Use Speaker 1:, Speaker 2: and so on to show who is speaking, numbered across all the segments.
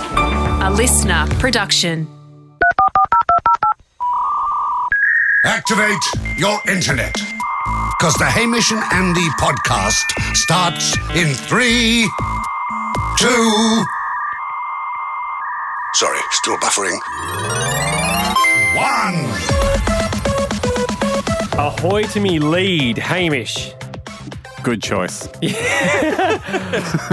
Speaker 1: A listener production.
Speaker 2: Activate your internet. Because the Hamish and Andy podcast starts in three, two. Sorry, still buffering. One.
Speaker 3: Ahoy to me, lead, Hamish. Uh,
Speaker 4: Good choice.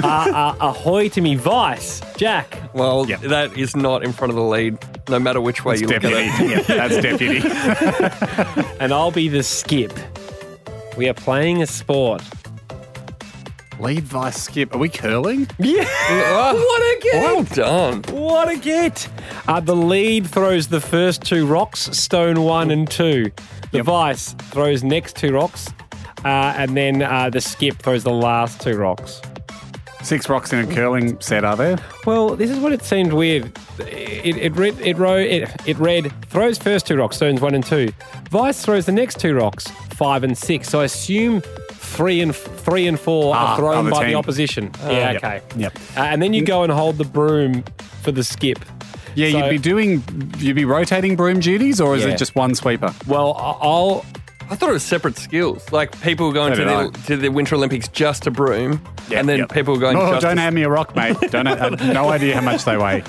Speaker 3: Ahoy to me, vice, Jack.
Speaker 5: Well,
Speaker 4: Yeah.
Speaker 5: that is not in front of the lead, no matter which way you look
Speaker 4: deputy.
Speaker 5: at it.
Speaker 4: yeah, that's deputy.
Speaker 3: And I'll be the skip. We are playing a sport.
Speaker 4: Lead vice skip. Are we curling?
Speaker 5: Oh, what a get! Well done.
Speaker 3: What a get! Uh, the lead throws the first two rocks, stone one and two. The vice throws next two rocks, uh, and then uh, the skip throws the last two rocks.
Speaker 4: Six rocks in a curling set, are there?
Speaker 3: Well, this is what it seemed weird. It it read it ro- it, it read throws first two rocks, stones one and two. Vice throws the next two rocks, five and six. So I assume three and three and four
Speaker 4: Ah,
Speaker 3: are thrown
Speaker 4: other
Speaker 3: by the
Speaker 4: team.
Speaker 3: opposition. yeah,
Speaker 4: yep,
Speaker 3: okay.
Speaker 4: yep. Mm.
Speaker 3: Uh, and then you go and hold the broom for the skip.
Speaker 4: Yeah,
Speaker 3: So-
Speaker 4: you'd be doing, you'd be rotating broom duties, or is
Speaker 3: Yeah.
Speaker 4: it just one sweeper?
Speaker 3: Well, I- I'll
Speaker 5: I thought it was separate skills. Like people going
Speaker 4: So
Speaker 5: to
Speaker 4: did I.
Speaker 5: the, to the Winter Olympics just to broom, and then
Speaker 4: Yep.
Speaker 5: people going
Speaker 4: Oh,
Speaker 5: just
Speaker 4: don't
Speaker 5: to
Speaker 4: hand me a rock, mate. Don't. I have no idea how much they weigh.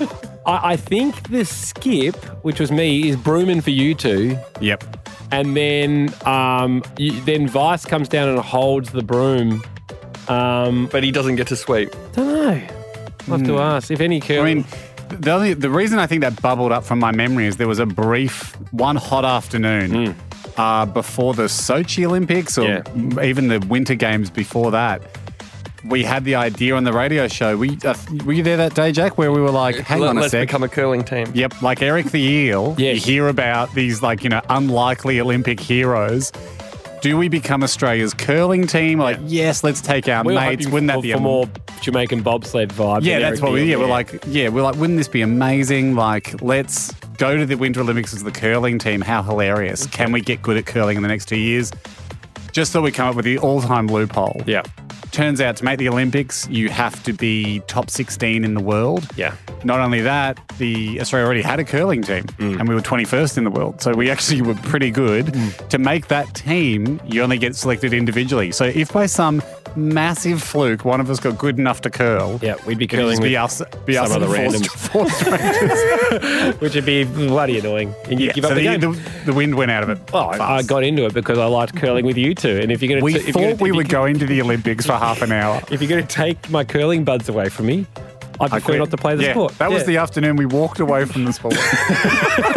Speaker 3: I, I think the skip, which was me, is brooming for you two,
Speaker 4: Yep.
Speaker 3: and then um you, then Vice comes down and holds the broom. Um,
Speaker 5: but he doesn't get to sweep.
Speaker 3: don't know. I'll have to ask if any curling.
Speaker 4: Hmm. I mean, the only the reason I think that bubbled up from my memory is there was a brief one hot afternoon. Uh, before the Sochi Olympics or
Speaker 3: Hmm. Yeah.
Speaker 4: m- even the Winter Games before that, we had the idea on the radio show. We uh, were you there that day, Jack? Where we were like, "Hang
Speaker 5: Let,
Speaker 4: on a
Speaker 5: us
Speaker 4: sec,
Speaker 5: become a curling team.
Speaker 4: Yep, like Eric the Eel,
Speaker 3: Yes.
Speaker 4: you hear about these like, you know, unlikely Olympic heroes. Do we become Australia's curling team? Like, yes, let's take our
Speaker 3: we were
Speaker 4: mates.
Speaker 3: hoping
Speaker 4: Wouldn't
Speaker 3: for,
Speaker 4: that be
Speaker 3: for
Speaker 4: am-
Speaker 3: more Jamaican bobsled vibe?
Speaker 4: Yeah,
Speaker 3: than
Speaker 4: that's
Speaker 3: Eric
Speaker 4: what we
Speaker 3: Beale.
Speaker 4: yeah, we're like, yeah, we're like, wouldn't this be amazing? Like, let's go to the Winter Olympics as the curling team. How hilarious. Can we get good at curling in the next two years? Just so we come up with the all time loophole.
Speaker 3: yeah,
Speaker 4: Turns out to make the Olympics, you have to be top 16 in the world.
Speaker 3: yeah.
Speaker 4: Not only that, the Australia already had a curling team,
Speaker 3: Mm.
Speaker 4: and we were 21st in the world, so we actually were pretty good.
Speaker 3: Mm.
Speaker 4: To make that team, you only get selected individually. So if by some massive fluke one of us got good enough to curl,
Speaker 3: Yeah, we'd be
Speaker 4: it'd
Speaker 3: curling
Speaker 4: just be
Speaker 3: with
Speaker 4: us, be us
Speaker 3: some
Speaker 4: and
Speaker 3: other
Speaker 4: forced,
Speaker 3: randoms.
Speaker 4: forced ranges.
Speaker 3: Which would be bloody annoying, and you
Speaker 4: yeah,
Speaker 3: would give up
Speaker 4: so
Speaker 3: the,
Speaker 4: the,
Speaker 3: game.
Speaker 4: the, the wind went out of it.
Speaker 3: well, I, I
Speaker 4: fast.
Speaker 3: got into it because I liked curling with you two, and if you're going
Speaker 4: we
Speaker 3: to,
Speaker 4: thought we were going to the Olympics for half an hour.
Speaker 3: if you're going to take my curling buds away from me, I prefer
Speaker 4: quit.
Speaker 3: not to play the
Speaker 4: Yeah,
Speaker 3: sport.
Speaker 4: That was
Speaker 3: Yeah.
Speaker 4: the afternoon we walked away from the sport.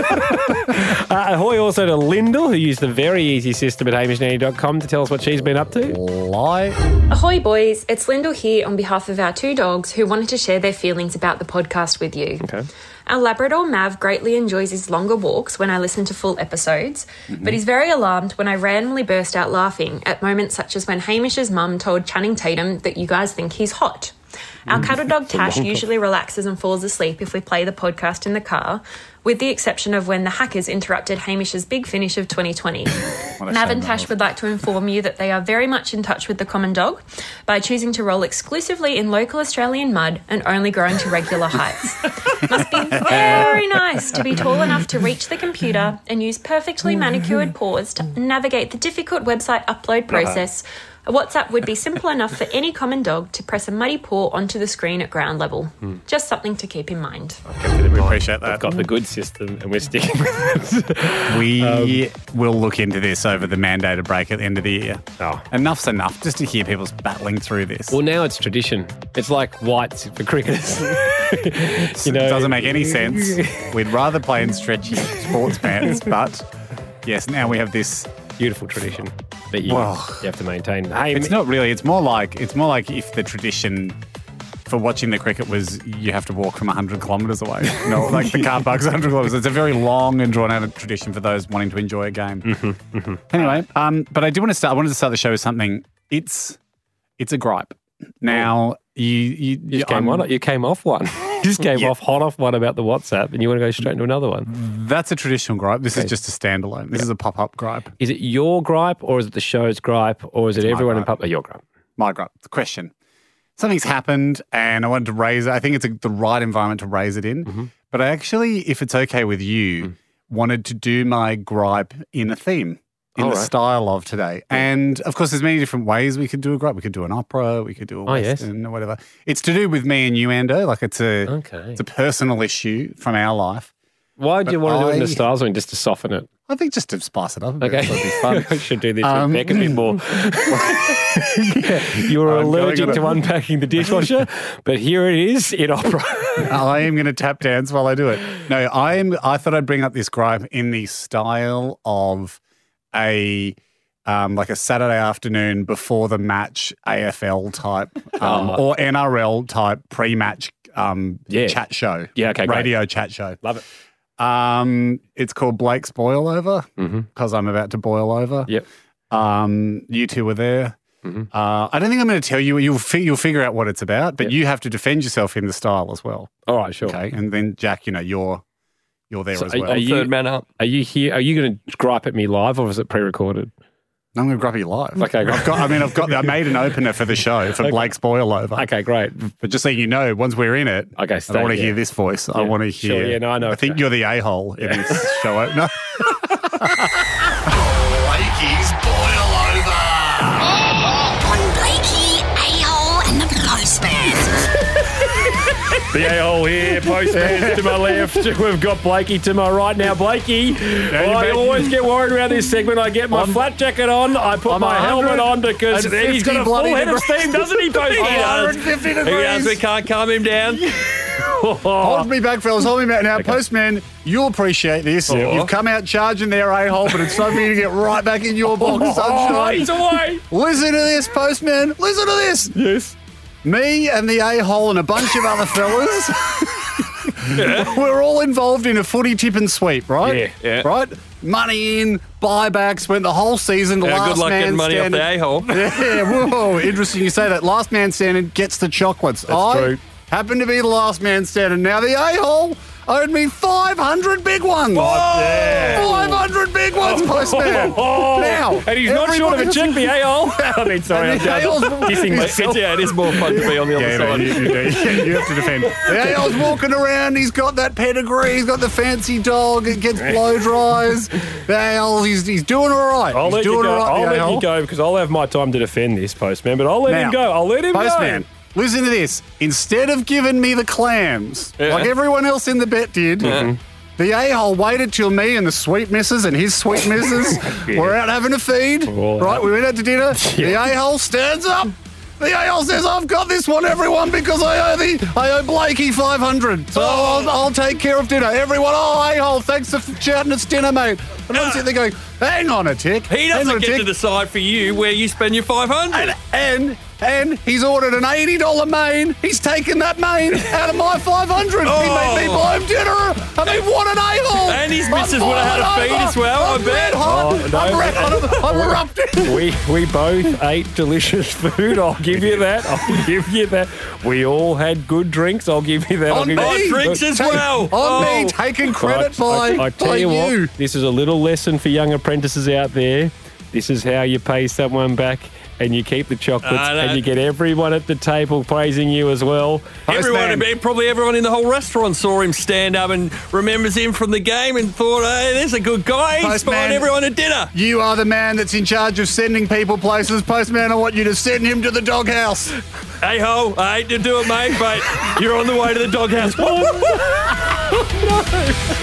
Speaker 3: Uh, ahoy also to Lyndall, who used the very easy system at hamishnanny.com to tell us what she's been up to.
Speaker 4: Lie.
Speaker 6: Ahoy, boys. It's Lyndall here on behalf of our two dogs who wanted to share their feelings about the podcast with you. Okay. Our Labrador Mav greatly enjoys his longer walks when I listen to full episodes, but he's very alarmed when I randomly burst out laughing at moments such as when Hamish's mum told Channing Tatum that you guys think he's hot. Our cuddle dog Tash usually relaxes and falls asleep if we play the podcast in the car, with the exception of when the hackers interrupted Hamish's big finish of 2020. Mav and Tash would like to inform you that they are very much in touch with the common dog by choosing to roll exclusively in local Australian mud and only growing to regular heights. Must be very nice to be tall enough to reach the computer and use perfectly manicured paws to navigate the difficult website upload process. A WhatsApp would be simple enough for any common dog to press a muddy paw onto the screen at ground level. Just something to keep in mind.
Speaker 4: We appreciate that.
Speaker 3: Got the good system, and we're sticking with it.
Speaker 4: We
Speaker 3: um,
Speaker 4: will look into this over the mandated break at the end of the year.
Speaker 3: Oh.
Speaker 4: Enough's enough just to hear people's battling through this.
Speaker 3: Well, now it's tradition. It's like whites for cricketers. you know,
Speaker 4: it doesn't make any sense. We'd rather play in stretchy sports pants, but yes, now we have this.
Speaker 3: Beautiful tradition that you,
Speaker 4: Well.
Speaker 3: you have to maintain. Hey,
Speaker 4: It's not really. It's more like it's more like if the tradition for watching the cricket was you have to walk from 100 kilometres away. No, like the car park's 100 kilometres. It's a very long and drawn out tradition for those wanting to enjoy a game. Anyway, um, but I do want to start. I wanted to start the show with something. It's it's a gripe. Now you you, um,
Speaker 3: you, just came
Speaker 4: I'm-
Speaker 3: on, you came off one. you just came
Speaker 4: Yeah.
Speaker 3: off hot off one about the WhatsApp, and you want to go straight into another one.
Speaker 4: That's a traditional gripe. This is just a standalone. This is a pop up gripe.
Speaker 3: Is it your gripe, or is it the show's gripe, or is it everyone in
Speaker 4: gripe.
Speaker 3: public? Your gripe.
Speaker 4: my gripe, the
Speaker 3: Mm-hmm.
Speaker 4: question. Something's happened, and I wanted to raise it. I think it's a, the right environment to raise it in. But I actually, if it's okay with
Speaker 3: Mm.
Speaker 4: you, wanted to do my gripe in a theme, in the
Speaker 5: Alright.
Speaker 4: style of today. And of course, there's many different ways we could do a gripe. We could do an opera, we could do a
Speaker 3: Oh, yes.
Speaker 4: western or whatever. It's to do with me and you, Ando. Like it's a
Speaker 3: Okay.
Speaker 4: it's a personal issue from our life.
Speaker 3: Why do you
Speaker 4: But
Speaker 3: want to do it in
Speaker 4: I-
Speaker 3: the styles one just to soften it?
Speaker 4: I think just to spice it up. A bit,
Speaker 3: Okay.
Speaker 4: so it'd be fun.
Speaker 3: I should do this
Speaker 4: Um,
Speaker 3: with Beck a bit more. You're
Speaker 4: I'm going
Speaker 3: allergic
Speaker 4: on
Speaker 3: to
Speaker 4: a-
Speaker 3: unpacking the dishwasher, but here it is in opera.
Speaker 4: I am going to tap dance while I do it. No, I am. I thought I'd bring up this gripe in the style of a um, like a Saturday afternoon before the match AFL type um, or NRL type pre-match um,
Speaker 3: Oh. Yeah.
Speaker 4: chat show.
Speaker 3: Yeah, okay, great.
Speaker 4: radio chat show.
Speaker 3: Love it. Mm-hmm.
Speaker 4: Um, it's called Blake's Boil Over because I'm about to boil over.
Speaker 3: Yep.
Speaker 4: Um, you two were there.
Speaker 3: Mm-hmm.
Speaker 4: Uh, I don't think I'm going to tell you. You'll fi- you'll figure out what it's about, but you have to defend yourself in the style as well.
Speaker 3: All right, sure.
Speaker 4: Okay, and then Jack, you know, you're you're there
Speaker 3: So
Speaker 4: as
Speaker 3: are-
Speaker 4: well.
Speaker 3: are you-
Speaker 5: Third man up.
Speaker 3: Are you here? Are you going to gripe at me live, or is it pre-recorded?
Speaker 4: I'm going to grab you live.
Speaker 3: Okay, great.
Speaker 4: I've got. I mean, I've got. I made an opener for the show for Blake's boilover.
Speaker 3: Okay, great.
Speaker 4: But just so you know, once we're in it,
Speaker 3: Okay,
Speaker 4: I
Speaker 3: stay,
Speaker 4: don't want to
Speaker 3: yeah.
Speaker 4: hear this voice. I
Speaker 3: Yeah,
Speaker 4: want to
Speaker 3: sure,
Speaker 4: hear.
Speaker 3: yeah, no, I know.
Speaker 4: I think you're the a hole in this show opener.
Speaker 2: Blakey's boil over.
Speaker 7: On Blakey, A-Hole, and the Postman.
Speaker 3: The a-hole here, postman's to my left. We've got Blakey to my right now. Blakey, I
Speaker 4: made-
Speaker 3: always get worried around this segment. I get my flat jacket on, I put
Speaker 4: I'm
Speaker 3: my helmet
Speaker 4: 100
Speaker 3: on because
Speaker 4: and
Speaker 3: he's got
Speaker 4: 50
Speaker 3: a full
Speaker 4: bloody
Speaker 3: head of steam, doesn't he, Posty?
Speaker 5: He does.
Speaker 4: 150
Speaker 5: He does. We
Speaker 4: degrees.
Speaker 5: can't calm him down.
Speaker 4: Hold me back, fellas. Hold me back. Now, postman, you'll appreciate this.
Speaker 5: Aw.
Speaker 4: You've come out charging there, a hole, but it's time for you to get right back in your box,
Speaker 3: Oh,
Speaker 4: sunshine.
Speaker 3: he's away.
Speaker 4: Listen to this, postman. Listen to this.
Speaker 3: Yes.
Speaker 4: Me and the a hole and a bunch of other fellas. We're all involved in a footy tip and sweep, right?
Speaker 3: Yeah, yeah.
Speaker 4: Right? Money in, buybacks, went the whole season,
Speaker 5: Yeah,
Speaker 4: last
Speaker 5: good luck
Speaker 4: man
Speaker 5: getting money off
Speaker 4: standing.
Speaker 5: the a hole.
Speaker 4: Yeah, whoa, interesting you say that. Last man standing gets the chocolates. I
Speaker 3: true.
Speaker 4: happen to be the last man standing. Now the a-hole owed me 500 big ones. 500 big ones, postman.
Speaker 3: Oh,
Speaker 4: now,
Speaker 3: and he's not short of a
Speaker 4: everybody-
Speaker 3: chick, the a-hole. I mean, sorry, I'm
Speaker 4: And the
Speaker 3: just
Speaker 4: a-hole's-
Speaker 3: kissing myself.
Speaker 5: yeah, it is more fun to be on the other side.
Speaker 4: you have to defend. Yeah, I was walking around. He's got that pedigree. He's got the fancy dog. It gets blow dries. Yeah, he's, he's doing all right.
Speaker 3: I'll
Speaker 4: he's
Speaker 3: let, you
Speaker 4: doing
Speaker 3: go.
Speaker 4: all right.
Speaker 3: I'll
Speaker 4: the
Speaker 3: let you
Speaker 4: a-hole.
Speaker 3: go because I'll have my time to defend this postman, but I'll let him
Speaker 4: Now,
Speaker 3: go. I'll let him
Speaker 4: Postman,
Speaker 3: go.
Speaker 4: listen to this. Instead of giving me the clams,
Speaker 5: Yeah.
Speaker 4: like everyone else in the bet did, Mhm. the a hole waited till me and the sweet missus and his sweet missus were out having a feed.
Speaker 3: all
Speaker 4: right,
Speaker 3: out.
Speaker 4: we went out to dinner. The a hole stands up. The a hole says, "I've got this one, everyone, because I owe the I owe Blakey five hundred. So
Speaker 5: Oh.
Speaker 4: I'll, I'll take care of dinner. Everyone, oh a hole, thanks for shouting it's dinner, mate." And I'm sitting there going, "Hang on a tick."
Speaker 5: He
Speaker 4: hang on a
Speaker 5: doesn't get
Speaker 4: tick.
Speaker 5: to decide for you where you spend your 500.
Speaker 4: And and he's ordered an eighty dollar main. He's taken that main out of my five hundred.
Speaker 5: Oh.
Speaker 4: He made me buy him dinner. I mean, what an a hole!
Speaker 5: And his missus would have had a feed as well, I
Speaker 4: I'm red
Speaker 5: bet.
Speaker 4: hot.
Speaker 3: Oh, no,
Speaker 4: I'm red hot. I'm- I'm erupting.
Speaker 3: We we both ate delicious food. I'll give you that. I'll give you that. We all had good drinks. I'll give you that. I'll
Speaker 4: On
Speaker 3: give you-
Speaker 4: me.
Speaker 5: Oh, drinks as
Speaker 4: Take-
Speaker 5: well.
Speaker 4: On
Speaker 5: oh.
Speaker 4: me taking
Speaker 3: Right,
Speaker 4: credit by,
Speaker 3: I, I tell
Speaker 4: by
Speaker 3: you, what, this is a little lesson for young apprentices out there. This is how you pay someone back, and you keep the chocolates,
Speaker 5: Ah, that-
Speaker 3: and you get everyone at the table praising you as well.
Speaker 5: Everyone,
Speaker 4: Postman.
Speaker 5: probably everyone in the whole restaurant saw him stand up and remembers him from the game and thought, hey, there's a good guy. He's
Speaker 4: Postman.
Speaker 5: buying everyone a dinner.
Speaker 4: You are the man that's in charge of sending people places. Postman, I want you to send him to the doghouse.
Speaker 5: Hey ho, I hate to do it, mate, but you're on the way to the doghouse.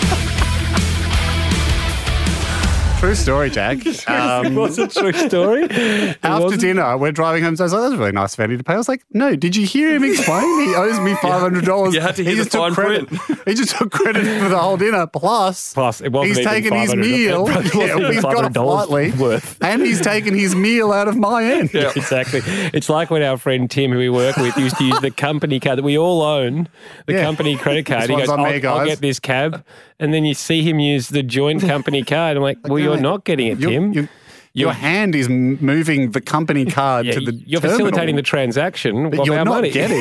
Speaker 4: True story, Jack.
Speaker 3: it was a true story. Um, It
Speaker 4: After
Speaker 3: wasn't-
Speaker 4: dinner, we're driving home. So I was like, that's really nice of Andy to pay. I was like, no, did you hear him explain? He owes me $500.
Speaker 5: You had to
Speaker 4: he
Speaker 5: hear the
Speaker 4: just took
Speaker 5: fine
Speaker 4: credit. he just took credit for the whole dinner. Plus,
Speaker 3: Plus, it wasn't
Speaker 4: he's
Speaker 3: even
Speaker 4: taken his
Speaker 3: $500.
Speaker 4: meal.
Speaker 3: It wasn't
Speaker 4: yeah,
Speaker 3: even
Speaker 4: we've got
Speaker 3: $500
Speaker 4: it politely.
Speaker 3: worth.
Speaker 4: And he's taken his meal out of my end.
Speaker 5: Yeah.
Speaker 3: exactly. It's like when our friend Tim, who we work with, used to use the company card that we all own, the
Speaker 4: Yeah.
Speaker 3: company credit card.
Speaker 4: This
Speaker 3: he
Speaker 4: one's
Speaker 3: goes,
Speaker 4: on
Speaker 3: I'll,
Speaker 4: me,
Speaker 3: I'll
Speaker 4: guys."
Speaker 3: get this cab. And then you see him use the joint company card. I'm like, well, you're
Speaker 4: mate,
Speaker 3: not getting it,
Speaker 4: Your-
Speaker 3: Tim.
Speaker 4: your- your hand is m- moving the company card
Speaker 3: Yeah,
Speaker 4: to the.
Speaker 3: you're
Speaker 4: terminal,
Speaker 3: facilitating the transaction
Speaker 4: But
Speaker 3: of
Speaker 4: you're
Speaker 3: our
Speaker 4: not
Speaker 3: money.
Speaker 4: getting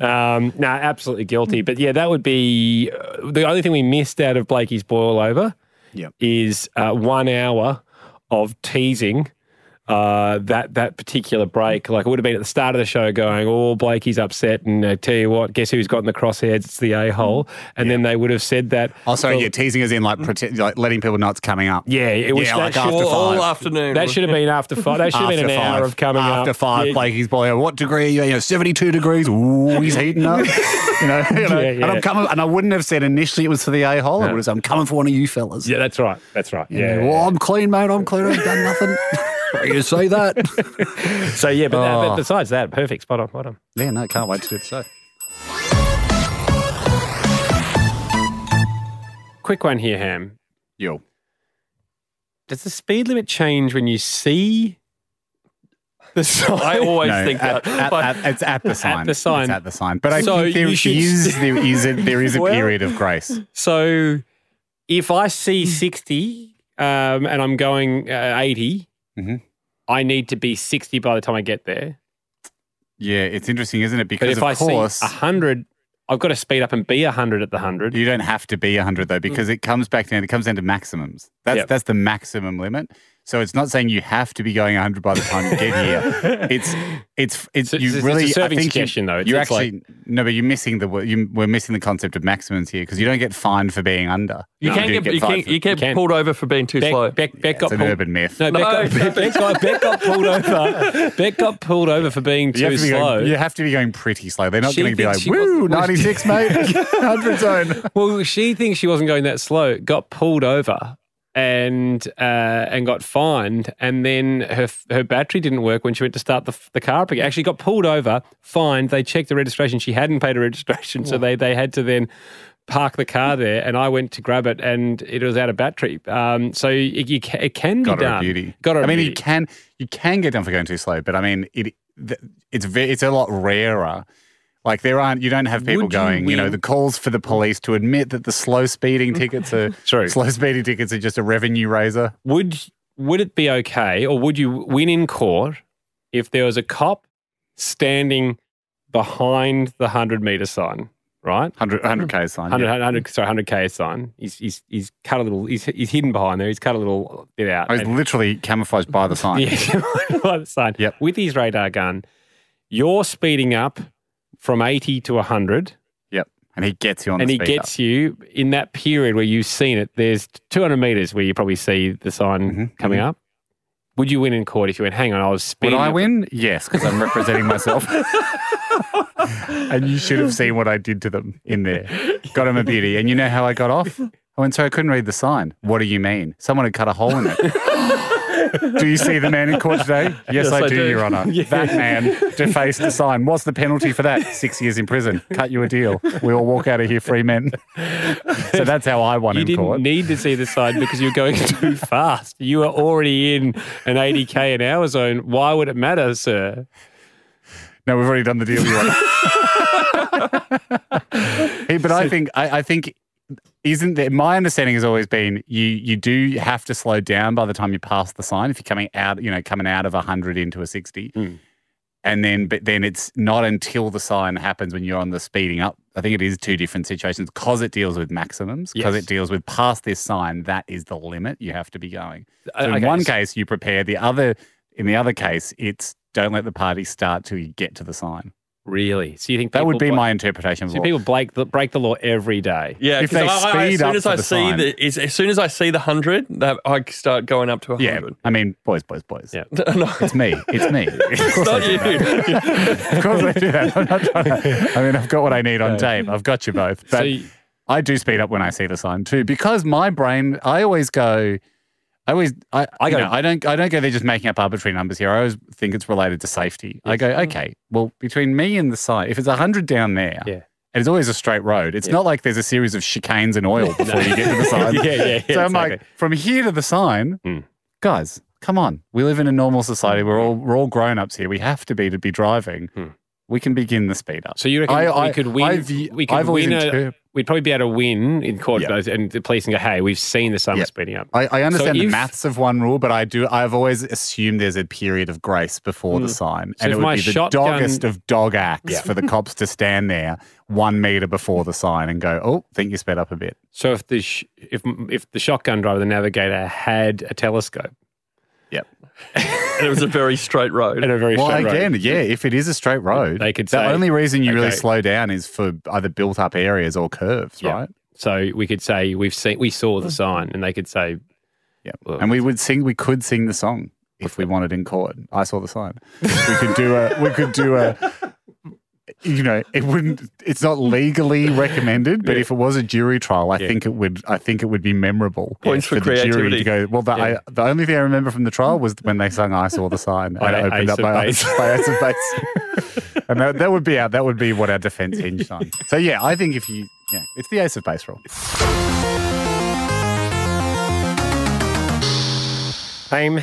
Speaker 3: Um, no, absolutely guilty. But yeah, that would be uh, the only thing we missed out of Blakey's boil over
Speaker 4: Yep.
Speaker 3: is uh, one hour of teasing uh, that that particular break. Like it would have been at the start of the show, going, "Oh, Blakey's upset," and I tell you what, guess who's got in the crosshairs? It's the a hole. And then they would have said that.
Speaker 4: Also,
Speaker 3: Well,
Speaker 4: Oh, yeah, teasing is in like, prote- like letting people know it's coming up.
Speaker 3: yeah, it was
Speaker 4: Yeah,
Speaker 3: that oh,
Speaker 4: like
Speaker 3: should-
Speaker 4: after
Speaker 5: all, all
Speaker 4: five.
Speaker 5: afternoon.
Speaker 3: That should have been after five. That should have
Speaker 4: After
Speaker 3: been an
Speaker 4: five.
Speaker 3: hour of coming up.
Speaker 4: after five.
Speaker 3: Yeah.
Speaker 4: Blakey's boy. oh, What degree are you? You know, seventy-two degrees. Ooh, he's heating up. you know, you know.
Speaker 3: Yeah,
Speaker 4: and I'm
Speaker 3: yeah.
Speaker 4: coming. And I wouldn't have said initially it was for the a-hole. I would have said I'm coming for one of you fellas.
Speaker 3: Yeah, that's right. That's right.
Speaker 4: You know,
Speaker 3: Yeah.
Speaker 4: well, I'm clean, mate. I'm clean. I ain't done nothing. you say that?
Speaker 3: So yeah, but,
Speaker 4: Oh.
Speaker 3: but besides that, perfect. Spot on. Spot on.
Speaker 4: yeah, no, can't wait to do the show.
Speaker 3: Quick one here, Ham.
Speaker 4: Yo,
Speaker 3: Does the speed limit change when you see the sign?
Speaker 5: I always think
Speaker 4: at,
Speaker 5: that.
Speaker 4: at-
Speaker 5: but
Speaker 4: at- it's at the sign.
Speaker 3: the sign.
Speaker 4: It's at the sign. But I
Speaker 3: So
Speaker 4: think there
Speaker 3: you
Speaker 4: is,
Speaker 3: should-
Speaker 4: there is a, there is a
Speaker 3: Well-
Speaker 4: period of grace.
Speaker 3: So if I
Speaker 4: Hmm.
Speaker 3: see 60 um, and I'm going uh, 80,
Speaker 4: Mhm.
Speaker 3: I need to be 60 by the time I get there.
Speaker 4: Yeah, it's interesting, isn't it?
Speaker 3: But
Speaker 4: Because
Speaker 3: if
Speaker 4: of
Speaker 3: I
Speaker 4: course,
Speaker 3: see 100, I've got to speed up and be 100 at the 100.
Speaker 4: You don't have to be 100
Speaker 3: Mm.
Speaker 4: though, because it comes back down. It comes down to maximums. That's
Speaker 3: Yep.
Speaker 4: that's the maximum limit. So it's not saying you have to be going 100 by the time you get here. It's it's it's
Speaker 3: So
Speaker 4: you
Speaker 3: it's- it's a
Speaker 4: really.
Speaker 3: serving
Speaker 4: I think
Speaker 3: suggestion,
Speaker 4: you,
Speaker 3: though. It's-
Speaker 4: you
Speaker 3: it's like-
Speaker 4: actually no, but you're missing the wo- you, we're missing the concept of maximums here because you don't get fined for being under.
Speaker 5: you can't
Speaker 4: do
Speaker 5: get, you
Speaker 4: fined
Speaker 5: can't,
Speaker 4: for-
Speaker 5: you get
Speaker 3: You can.
Speaker 5: pulled over for being too
Speaker 3: Beck,
Speaker 5: slow.
Speaker 3: Beck, Beck got
Speaker 4: It's an
Speaker 3: pulled.
Speaker 4: urban myth.
Speaker 3: No, Beck,
Speaker 5: No,
Speaker 3: got, Beck, Beck got, Beck got pulled over. Beck got pulled over for being
Speaker 4: You have,
Speaker 3: too
Speaker 4: to be
Speaker 3: slow.
Speaker 4: going, you have to be going pretty slow. They're not
Speaker 3: She
Speaker 4: going to be
Speaker 3: thinks
Speaker 4: like,
Speaker 3: she wasn't-
Speaker 4: woo, 96, mate, 100 zone.
Speaker 3: Well, she thinks she wasn't going that slow. Got pulled over and uh, and got fined, and then her her battery didn't work when she went to start the, the car up again. Actually, got pulled over, fined. They checked the registration. She hadn't paid her registration, so they they had to then park the car there. And I went to grab it, and it was out of battery. Um, so it, you ca- it can be
Speaker 4: got her
Speaker 3: done.
Speaker 4: a beauty.
Speaker 3: Got her.
Speaker 4: I mean,
Speaker 3: beauty.
Speaker 4: you can you can get done for going too slow, but I mean, it th- it's ve- it's a lot rarer. Like there aren't you don't have people
Speaker 3: Would you
Speaker 4: going. You, know,
Speaker 3: win?
Speaker 4: the calls for the police to admit that the slow speeding tickets are
Speaker 3: True.
Speaker 4: Slow speeding tickets are just a revenue raiser.
Speaker 3: would would it be okay or would you win in court if there was a cop standing behind the 100 meter sign right
Speaker 4: 100 100 k sign.
Speaker 3: 100,
Speaker 4: yeah.
Speaker 3: 100 sorry 100k sign he's, he's he's cut a little he's, he's hidden behind there he's cut a little bit out
Speaker 4: I was
Speaker 3: And-
Speaker 4: literally camouflaged by the sign.
Speaker 3: yeah, by the sign.
Speaker 4: Yep.
Speaker 3: with his radar gun you're speeding up from 80 to 100
Speaker 4: Yep. And he gets you on
Speaker 3: and
Speaker 4: the
Speaker 3: he
Speaker 4: speed
Speaker 3: gets you in that period where you've seen it. There's 200 meters where you probably see the sign
Speaker 4: Mhm,
Speaker 3: coming
Speaker 4: mhm.
Speaker 3: up. Would you win in court if you went? Hang on, I was
Speaker 4: Would
Speaker 3: speeding.
Speaker 4: I
Speaker 3: up-
Speaker 4: win? Yes, because I'm representing myself. and you should have seen what I did to them in there. Got him a beauty. And you know how I got off? I went, sorry, I couldn't read the sign. What do you mean? Someone had cut a hole in it. do you see the man in court today? Yes, I, do, Your Honour. That man defaced the sign. What's the penalty for that? Six years in prison. Cut you a deal. We all walk out of here free men. so that's how I won
Speaker 3: You
Speaker 4: in
Speaker 3: didn't
Speaker 4: court.
Speaker 3: need to see the sign because you're going too fast. You were already in an 80k an hour zone. Why would it matter, sir?
Speaker 4: No, we've already done the deal. Your Honour. hey, but I think I, I think isn't there, my understanding has always been you you do have to slow down by the time you pass the sign if you're coming out you know coming out of hundred into a sixty, and then but then it's not until the sign happens when you're on the speeding up. I think it is two different situations because it deals with maximums because
Speaker 3: Yes.
Speaker 4: it deals with past this sign that is the limit you have to be going.
Speaker 3: Uh,
Speaker 4: So in
Speaker 3: okay,
Speaker 4: one
Speaker 3: so-
Speaker 4: case you prepare, the other in the other case it's don't let the party start till you get to the sign.
Speaker 3: Really? So you think
Speaker 4: That would
Speaker 3: people
Speaker 4: be
Speaker 3: bla-
Speaker 4: my interpretation of
Speaker 3: So
Speaker 4: law.
Speaker 3: people break the, break the law every day.
Speaker 5: Yeah,
Speaker 4: If
Speaker 5: 'cause
Speaker 4: they
Speaker 5: I, I, as
Speaker 4: speed
Speaker 5: soon
Speaker 4: up
Speaker 5: as
Speaker 4: to
Speaker 5: I
Speaker 4: the
Speaker 5: see
Speaker 4: sign.
Speaker 5: the, is, as soon as I see the hundred, that I start going up to a
Speaker 4: yeah,
Speaker 5: hundred.
Speaker 4: I mean, boys, boys, boys.
Speaker 3: Yeah.
Speaker 5: no,
Speaker 4: It's me. It's me. Of course, I
Speaker 5: not
Speaker 4: do that.
Speaker 5: you.
Speaker 4: of course I do that. I'm not trying to- I mean, I've got what I need on tape. I've got you both. But
Speaker 3: So you-
Speaker 4: I do speed up when I see the sign too, because my brain, I always go, I always, I, I go, I don't, I don't go. They're just making up arbitrary numbers here. I always think it's related to safety. I
Speaker 3: Mm-hmm.
Speaker 4: go, okay, well, between me and the sign, if it's hundred down there,
Speaker 3: Yeah.
Speaker 4: And it's always a straight road. It's not like there's a series of chicanes and oil before you get to the sign.
Speaker 3: Yeah, yeah, yeah,
Speaker 4: So I'm
Speaker 3: exactly. Mm.
Speaker 4: like, from here to the sign, guys, come on. We live in a normal society. We're all we're all grown ups here. We have to be to be driving.
Speaker 3: Mm.
Speaker 4: We can begin the speed up.
Speaker 3: So you reckon
Speaker 4: I-
Speaker 3: we
Speaker 4: I-
Speaker 3: could win?
Speaker 4: I've-
Speaker 3: we could
Speaker 4: I've always
Speaker 3: win. A,
Speaker 4: interpre-
Speaker 3: we'd probably be able to win in court
Speaker 4: Yeah.
Speaker 3: those, and the police can go, "Hey, we've seen the sun
Speaker 4: Yeah.
Speaker 3: speeding up."
Speaker 4: I, I understand the
Speaker 3: if-
Speaker 4: maths of one rule, but I do. I've always assumed there's a period of grace before the sign,
Speaker 3: Hmm. So
Speaker 4: and
Speaker 3: if
Speaker 4: it would
Speaker 3: my
Speaker 4: be the
Speaker 3: shotgun-
Speaker 4: doggest of dog acts for the cops to stand there one meter before the sign and go, "Oh, think you sped up a bit."
Speaker 3: So if the sh- if if the shotgun driver, the navigator, had a telescope,
Speaker 4: Yep.
Speaker 5: and it was a very straight road.
Speaker 3: in a very
Speaker 4: Well,
Speaker 3: straight road.
Speaker 4: again, yeah, if it is a straight road,
Speaker 3: They could
Speaker 4: the
Speaker 3: say,
Speaker 4: only reason you really
Speaker 3: okay.
Speaker 4: slow down is for either built up areas or curves,
Speaker 3: Yeah.
Speaker 4: right? Hmm.
Speaker 3: So we could say we've seen we saw the sign, and they could say
Speaker 4: Yeah.
Speaker 3: Well,
Speaker 4: and we would sing, we could sing the song if we wanted in court. I saw the sign. we could do a, we could do a, you know, it wouldn't, it's not legally recommended, but if it was a jury trial, I think it would, I think it would be memorable.
Speaker 5: Points for
Speaker 4: the jury
Speaker 5: creativity.
Speaker 4: to go, well, the, I, the only thing I remember from the trial was when they sung I Saw the Sign.
Speaker 3: By
Speaker 4: and I opened
Speaker 3: Ace
Speaker 4: up
Speaker 3: of
Speaker 4: my
Speaker 3: Base.
Speaker 4: eyes by Ace of Base. and that, that would be our, that would be what our defense hinged on. So yeah, I think if you, yeah, it's the Ace of Base rule.
Speaker 3: Fame.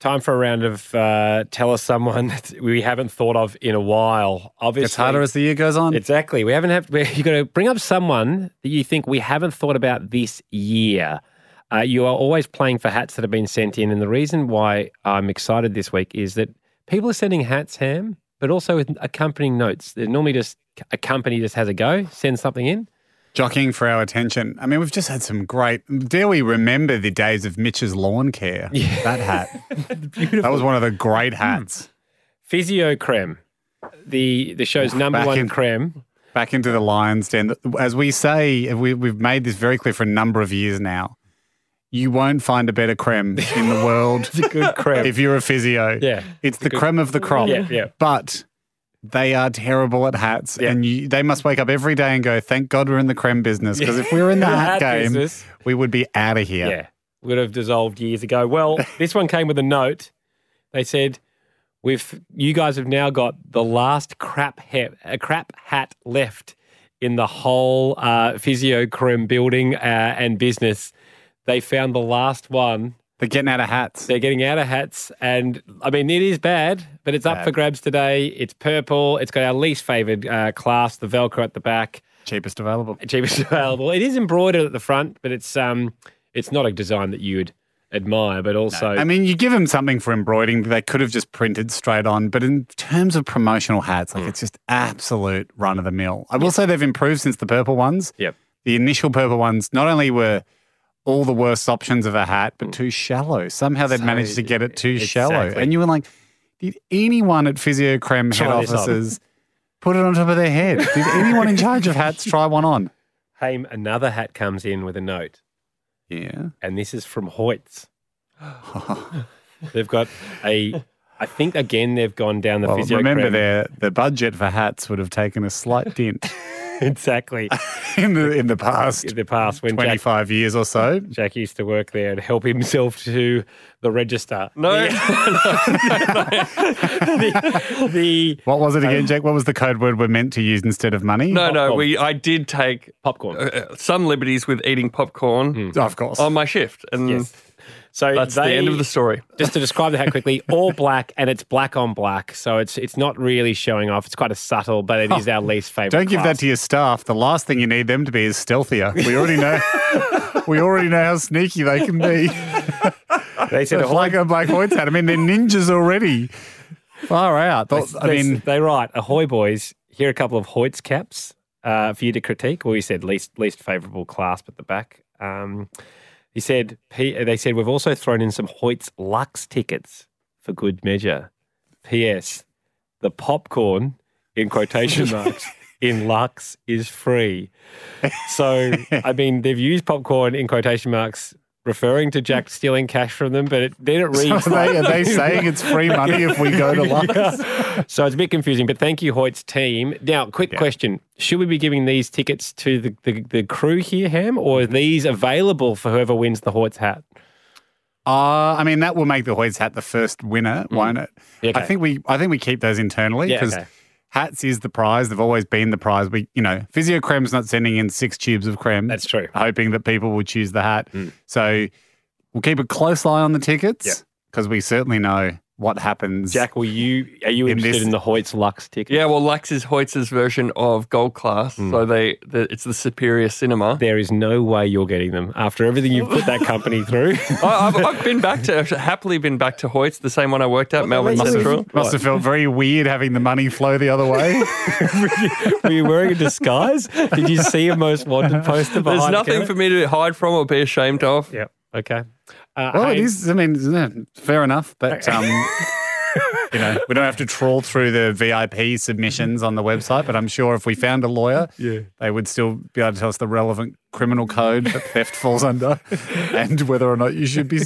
Speaker 3: Time for a round of uh, tell us someone that we haven't thought of in a while. Obviously,
Speaker 4: It's harder as the year goes on.
Speaker 3: exactly. We haven't have we- you got to bring up someone that you think we haven't thought about this year. Uh, you are always playing for hats that have been sent in, and the reason why I'm excited this week is that people are sending hats, Ham, but also with accompanying notes. They're normally just a company just has a go, sends something in.
Speaker 4: jockeying for our attention. I mean, we've just had some great. Dare we remember the days of Mitch's lawn care? That hat. That was one of the great
Speaker 3: Hmm.
Speaker 4: hats.
Speaker 3: Physio Creme, the the show's number
Speaker 4: back
Speaker 3: one
Speaker 4: in-
Speaker 3: creme.
Speaker 4: Back into the lion's den. As we say, we, we've made this very clear for a number of years now. You won't find a better creme in the world. it's a good creme. If you're a physio,
Speaker 3: Yeah.
Speaker 4: it's the creme of the crop.
Speaker 3: Yeah, yeah.
Speaker 4: But they are terrible at hats, and you, they must wake up every day and go, "Thank God we're in the creme business." Because if we were in the
Speaker 3: The hat
Speaker 4: hat, game,
Speaker 3: business.
Speaker 4: we would be out of here.
Speaker 3: Yeah. would have dissolved years ago. Well, this one came with a note. They said, "We've you guys have now got the last crap hat, uh, crap hat left in the whole uh, physio creme building uh, and business. They found the last one."
Speaker 4: They're getting out of hats.
Speaker 3: They're getting out of hats, and I mean it is bad, but it's up
Speaker 4: Bad.
Speaker 3: for grabs today. It's purple. It's got our least favoured uh, class, the Velcro at the back.
Speaker 4: Cheapest available.
Speaker 3: cheapest available. It is embroidered at the front, but it's um, it's not a design that you'd admire. But also,
Speaker 4: I mean, you give them something for embroidering that they could have just printed straight on. But in terms of promotional hats,
Speaker 3: Hmm.
Speaker 4: like it's just absolute run of the mill. I will say they've improved since the purple ones.
Speaker 3: Yep.
Speaker 4: The initial purple ones not only were all the worst options of a hat, but too shallow. Somehow they'd managed to get it too shallow.
Speaker 3: Hmm. exactly.
Speaker 4: And you were like, did anyone at Physio Creme head
Speaker 3: Try this on.
Speaker 4: offices put it on top of their head? Did anyone in charge of hats try one on?
Speaker 3: hey, another hat comes in with a note,
Speaker 4: Yeah.
Speaker 3: and this is from Hoyts. they've got a, I think again they've gone down the
Speaker 4: Well,
Speaker 3: physio.
Speaker 4: remember,
Speaker 3: creme.
Speaker 4: their, the budget for hats would have taken a slight dent.
Speaker 3: exactly
Speaker 4: in the in the past
Speaker 3: in the past when Jack,
Speaker 4: 25 years or so.
Speaker 3: Jack used to work there and help himself to the register.
Speaker 5: no,
Speaker 3: the, the
Speaker 4: What was it
Speaker 3: Um,
Speaker 4: again, Jack? What was the code word we're meant to use instead of money?
Speaker 5: no, no. We I did take
Speaker 3: popcorn.
Speaker 5: uh, some liberties with eating popcorn
Speaker 4: Of course.
Speaker 5: on my shift, and
Speaker 3: Yes. So
Speaker 5: that's the end of the
Speaker 3: they-
Speaker 5: story.
Speaker 3: just to describe the hat quickly, all black and it's black on black. So it's it's not really showing off. It's quite a subtle, but it is our least favorite.
Speaker 4: Don't give that to your staff. The last thing you need them to be is stealthier. We already know. we already know how sneaky they can be.
Speaker 3: They said
Speaker 4: It's like a black Hoyt's hat. I mean, they're ninjas already. Far out. Thought- I
Speaker 3: they,
Speaker 4: mean,
Speaker 3: they write, "Ahoy, boys! Here are a couple of Hoyt's caps uh, for you to critique." Well, he said least least favourable clasp at the back. Um, he said P- they said we've also thrown in some Hoyt's Lux tickets for good measure. P.S. The popcorn in quotation marks. In Lux is free. So, I mean, they've used popcorn in quotation marks referring to Jack stealing cash from them, but it, then it
Speaker 4: are
Speaker 3: reads like-
Speaker 4: they, are they saying it's free money if we go to lunch?
Speaker 3: so it's a bit confusing, but thank you, Hoyt's team. Now, quick question. Should we be giving these tickets to the, the, the crew here, Ham, or are these available for whoever wins the Hoyt's hat?
Speaker 4: Uh, I mean, that will make the Hoyts hat the first winner, won't it?
Speaker 3: Mm. Okay.
Speaker 4: I think we I think we keep those internally
Speaker 3: Yeah,
Speaker 4: because
Speaker 3: okay.
Speaker 4: hats is the prize. They've always been the prize. We, you know, Physio Creme's not sending in six tubes of creme.
Speaker 3: That's true. Mm.
Speaker 4: Hoping that people will choose the hat. So we'll keep a close eye on the tickets because we certainly know what happens.
Speaker 3: Jack, will you are you
Speaker 4: In
Speaker 3: interested
Speaker 4: this-
Speaker 3: in the Hoyt's Lux ticket?
Speaker 5: Yeah, well, Lux is Hoyt's version of Gold Class,
Speaker 4: Hmm.
Speaker 5: so they the, it's the superior cinema.
Speaker 3: There is no way you're getting them after everything you've put that company through.
Speaker 5: I, I've, I've been back to happily been back to Hoyt's, the same one I worked at, Melbourne
Speaker 3: makes sense.
Speaker 5: Central.
Speaker 4: Must have felt very weird having the money flow the other way.
Speaker 3: Were you wearing a disguise? Did you see a most wanted poster
Speaker 5: There's
Speaker 3: behind the
Speaker 5: nothing
Speaker 3: camera?
Speaker 5: for me to hide from or be ashamed of.
Speaker 3: Yep. Okay. Uh,
Speaker 4: Well, it
Speaker 3: Hayden-
Speaker 4: Oh, is. I mean, yeah, fair enough, but um, you know, we don't have to trawl through the VIP submissions on the website. But I'm sure if we found a lawyer,
Speaker 3: Yeah.
Speaker 4: they would still be able to tell us the relevant criminal code that theft falls under, and whether or not you should be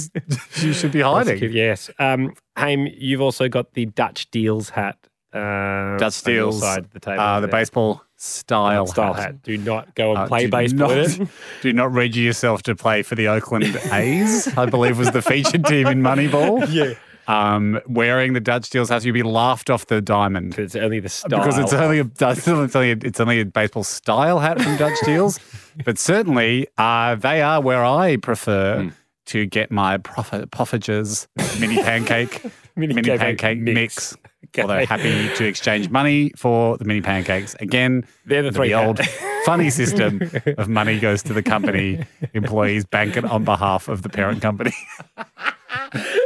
Speaker 4: you should be hiding.
Speaker 3: Yes. Um, Haim, you've also got the Dutch Deals hat. Uh,
Speaker 4: Dutch
Speaker 3: on your
Speaker 4: deals,
Speaker 3: side of the table.
Speaker 4: uh, the
Speaker 3: there.
Speaker 4: baseball style
Speaker 3: style
Speaker 4: hat.
Speaker 3: hat. Do not go and
Speaker 4: Uh,
Speaker 3: play
Speaker 4: do
Speaker 3: baseball. with
Speaker 4: Not,
Speaker 3: it.
Speaker 4: do not ready yourself to play for the Oakland A's, I believe was the featured team in Moneyball. Yeah. Um, wearing the Dutch Deals has you be laughed off the diamond.
Speaker 3: It's only the style.
Speaker 4: Because it's uh, only, a, it's, only a, it's only a baseball style hat from Dutch Deals. but certainly, uh, they are where I prefer
Speaker 3: Hmm.
Speaker 4: to get my proffer- poffages mini pancake,
Speaker 3: Mini
Speaker 4: mini,
Speaker 3: pancake
Speaker 4: pancake
Speaker 3: mix.
Speaker 4: mix.
Speaker 3: Okay.
Speaker 4: Although happy to exchange money for the mini pancakes. Again,
Speaker 3: They're the three
Speaker 4: old
Speaker 3: hat.
Speaker 4: funny system of money goes to the company, employees bank it on behalf of the parent company.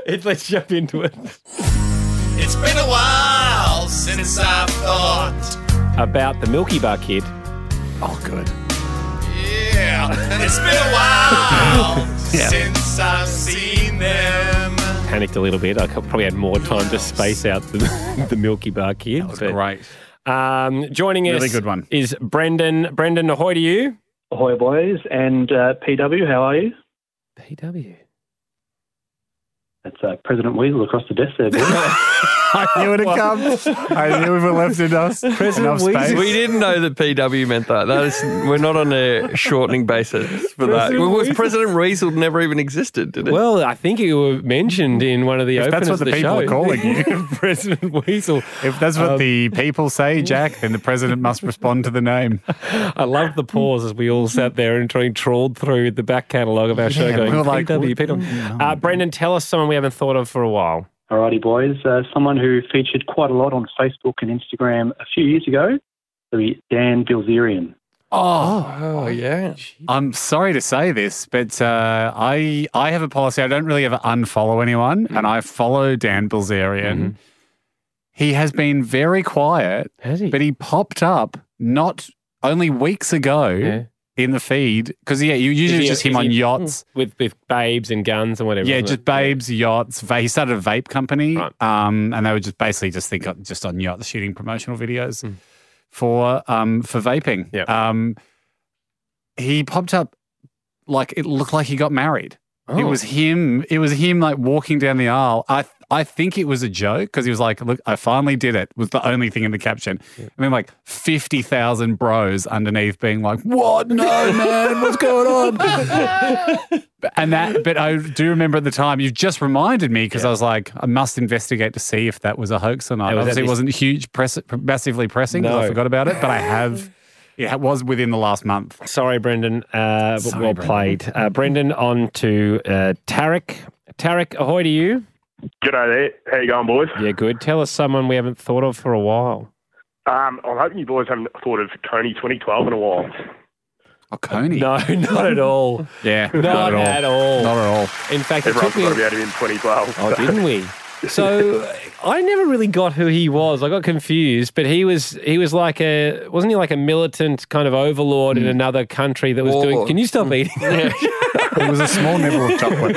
Speaker 3: It- let's jump into it.
Speaker 2: It's been a while since I've thought.
Speaker 3: About the Milky Bar Kid.
Speaker 4: Oh, good.
Speaker 2: Yeah. It's been a while since I've seen them.
Speaker 3: Panicked a little bit. I could- probably had more time to space out the, the Milky Bar Kid. That
Speaker 4: That's great.
Speaker 3: Um, joining
Speaker 4: Really
Speaker 3: us
Speaker 4: good one.
Speaker 3: is Brendan. Brendan, ahoy to you.
Speaker 8: Ahoy, boys, and uh, PW, how are you?
Speaker 3: PW.
Speaker 8: That's uh, President Weasel across the desk there, boys.
Speaker 4: I knew it would come. I knew we were left enough, enough
Speaker 3: Weasel.
Speaker 4: space.
Speaker 5: We didn't know that PW meant that. that is, we're not on a shortening basis for that.
Speaker 3: President
Speaker 5: Well, was
Speaker 3: Weasel.
Speaker 5: President Weasel never even existed, did it?
Speaker 3: Well, I think you were mentioned in one of the
Speaker 4: If
Speaker 3: openers
Speaker 4: that's what
Speaker 3: of
Speaker 4: the people
Speaker 3: show.
Speaker 4: are calling you.
Speaker 3: President Weasel.
Speaker 4: If that's what the people say, Jack, then the president must respond to the name.
Speaker 3: I loved the pause as we all sat there and trying trawled through the back catalogue of our show
Speaker 4: Yeah,
Speaker 3: going,
Speaker 4: we were like,
Speaker 3: PW,
Speaker 4: what-
Speaker 3: PW. Uh, Brendan, tell us someone we haven't thought of for a while.
Speaker 8: Alrighty, boys. Uh, someone who featured quite a lot on Facebook and Instagram a few years ago, that'd be Dan Bilzerian.
Speaker 4: Oh,
Speaker 5: oh, yeah.
Speaker 4: I'm sorry to say this, but uh, I I have a policy. I don't really ever unfollow anyone, and I follow Dan Bilzerian. He has been very quiet,
Speaker 3: Has he?
Speaker 4: but he popped up not only weeks ago
Speaker 3: Yeah.
Speaker 4: in the feed because yeah, you usually
Speaker 3: Is he-
Speaker 4: just him
Speaker 3: is
Speaker 4: on
Speaker 3: he- Hmm.
Speaker 4: yachts.
Speaker 3: With, with babes and guns and whatever.
Speaker 4: Yeah,
Speaker 3: isn't
Speaker 4: just
Speaker 3: it?
Speaker 4: babes, yachts. Va- he started a vape company,
Speaker 3: Right.
Speaker 4: um, and they would just basically just think just on yachts shooting promotional videos for um, for vaping.
Speaker 3: Yep.
Speaker 4: Um, he popped up like it looked like he got married. It
Speaker 3: Oh.
Speaker 4: was him. It was him like walking down the aisle. I I think it was a joke because he was like, "Look, I finally did it." Was the only thing in the caption, and then like fifty thousand bros underneath being like, "What? No, man, what's going on?" and that, but I do remember at the time. You've just reminded me because I was like, I must investigate to see if that was a hoax or not.
Speaker 3: It was at
Speaker 4: Obviously, it
Speaker 3: least-
Speaker 4: wasn't huge, press, massively pressing. 'cause
Speaker 3: No.
Speaker 4: I forgot about it, but I have. It was within the last month.
Speaker 3: Sorry, Brendan. Uh, but
Speaker 4: Sorry,
Speaker 3: well
Speaker 4: Brendan.
Speaker 3: played. Uh, Brendan, on to uh, Tarek. Tarek, ahoy to you.
Speaker 9: G'day there. How you going, boys?
Speaker 3: Yeah, good. Tell us someone we haven't thought of for a while.
Speaker 9: Um, I'm hoping you boys haven't thought of Coney 2012 in a while.
Speaker 4: Oh, Coney.
Speaker 3: No, not at all.
Speaker 4: Yeah,
Speaker 3: Not, at all.
Speaker 4: Not at all.
Speaker 3: In fact, it
Speaker 9: Everyone's
Speaker 3: took me
Speaker 9: got to be out of in 2012.
Speaker 3: Oh, didn't we? So I never really got who he was. I got confused, but he was he was like a wasn't he like a militant kind of overlord
Speaker 4: Hmm.
Speaker 3: in another country that was doing?
Speaker 5: Warlord.
Speaker 3: Can you stop eating?
Speaker 4: It was a small nibble of chocolate.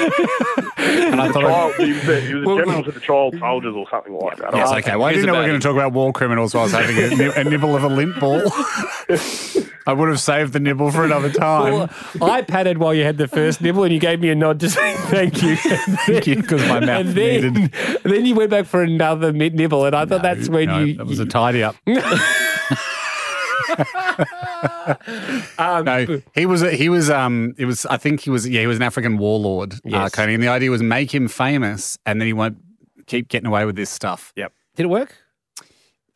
Speaker 4: and I thought,
Speaker 9: Child, he was a, he was a general to the child soldiers or something like that.
Speaker 4: yes, Oh, okay. Well, I didn't know we were going to talk about war criminals while I was having a, nib- a nibble of a limp ball. I would have saved the nibble for another time.
Speaker 3: Well, I patted while you had the first nibble, and you gave me a nod to say thank you.
Speaker 4: Thank you, because my mouth
Speaker 3: And then,
Speaker 4: needed.
Speaker 3: then you went back for another mid nibble, and I thought that's when
Speaker 4: No,
Speaker 3: you.
Speaker 4: That was a tidy up.
Speaker 3: Um,
Speaker 4: no, he was. a- He was. Um, it was. I think he was. Yeah, he was an African warlord, uh,
Speaker 3: Yes.
Speaker 4: Coney. And the idea was make him famous, and then he won't keep getting away with this stuff.
Speaker 3: yep. Did it work?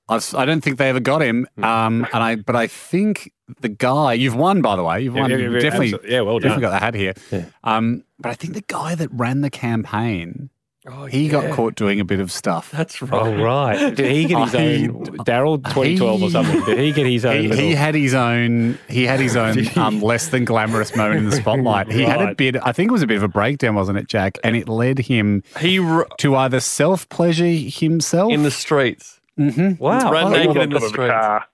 Speaker 4: I've, I don't think they ever got him.
Speaker 3: Hmm.
Speaker 4: Um, and I, but I think the guy you've won, by the way, you've won.
Speaker 3: yeah, yeah,
Speaker 4: definitely,
Speaker 3: absolutely. Yeah, well
Speaker 4: definitely
Speaker 3: done.
Speaker 4: got the hat here. Um, but I think the guy that ran the campaign, he got caught doing a bit of stuff.
Speaker 5: That's right.
Speaker 3: Oh right. Did he get his
Speaker 4: I-
Speaker 3: own Daryl twenty twelve or something? Did he get his own?
Speaker 4: He,
Speaker 3: little-
Speaker 4: he had his own. He had his own um, less than glamorous moment in the spotlight. He had a
Speaker 3: Right.
Speaker 4: bit. I think it was a bit of a breakdown, wasn't it, Jack? And it led him
Speaker 5: He r-
Speaker 4: to either self pleasure himself.
Speaker 5: in the streets.
Speaker 3: wow.
Speaker 5: Ran
Speaker 3: Oh,
Speaker 5: naked
Speaker 9: on
Speaker 5: in the
Speaker 9: top of a
Speaker 5: streets.
Speaker 9: car.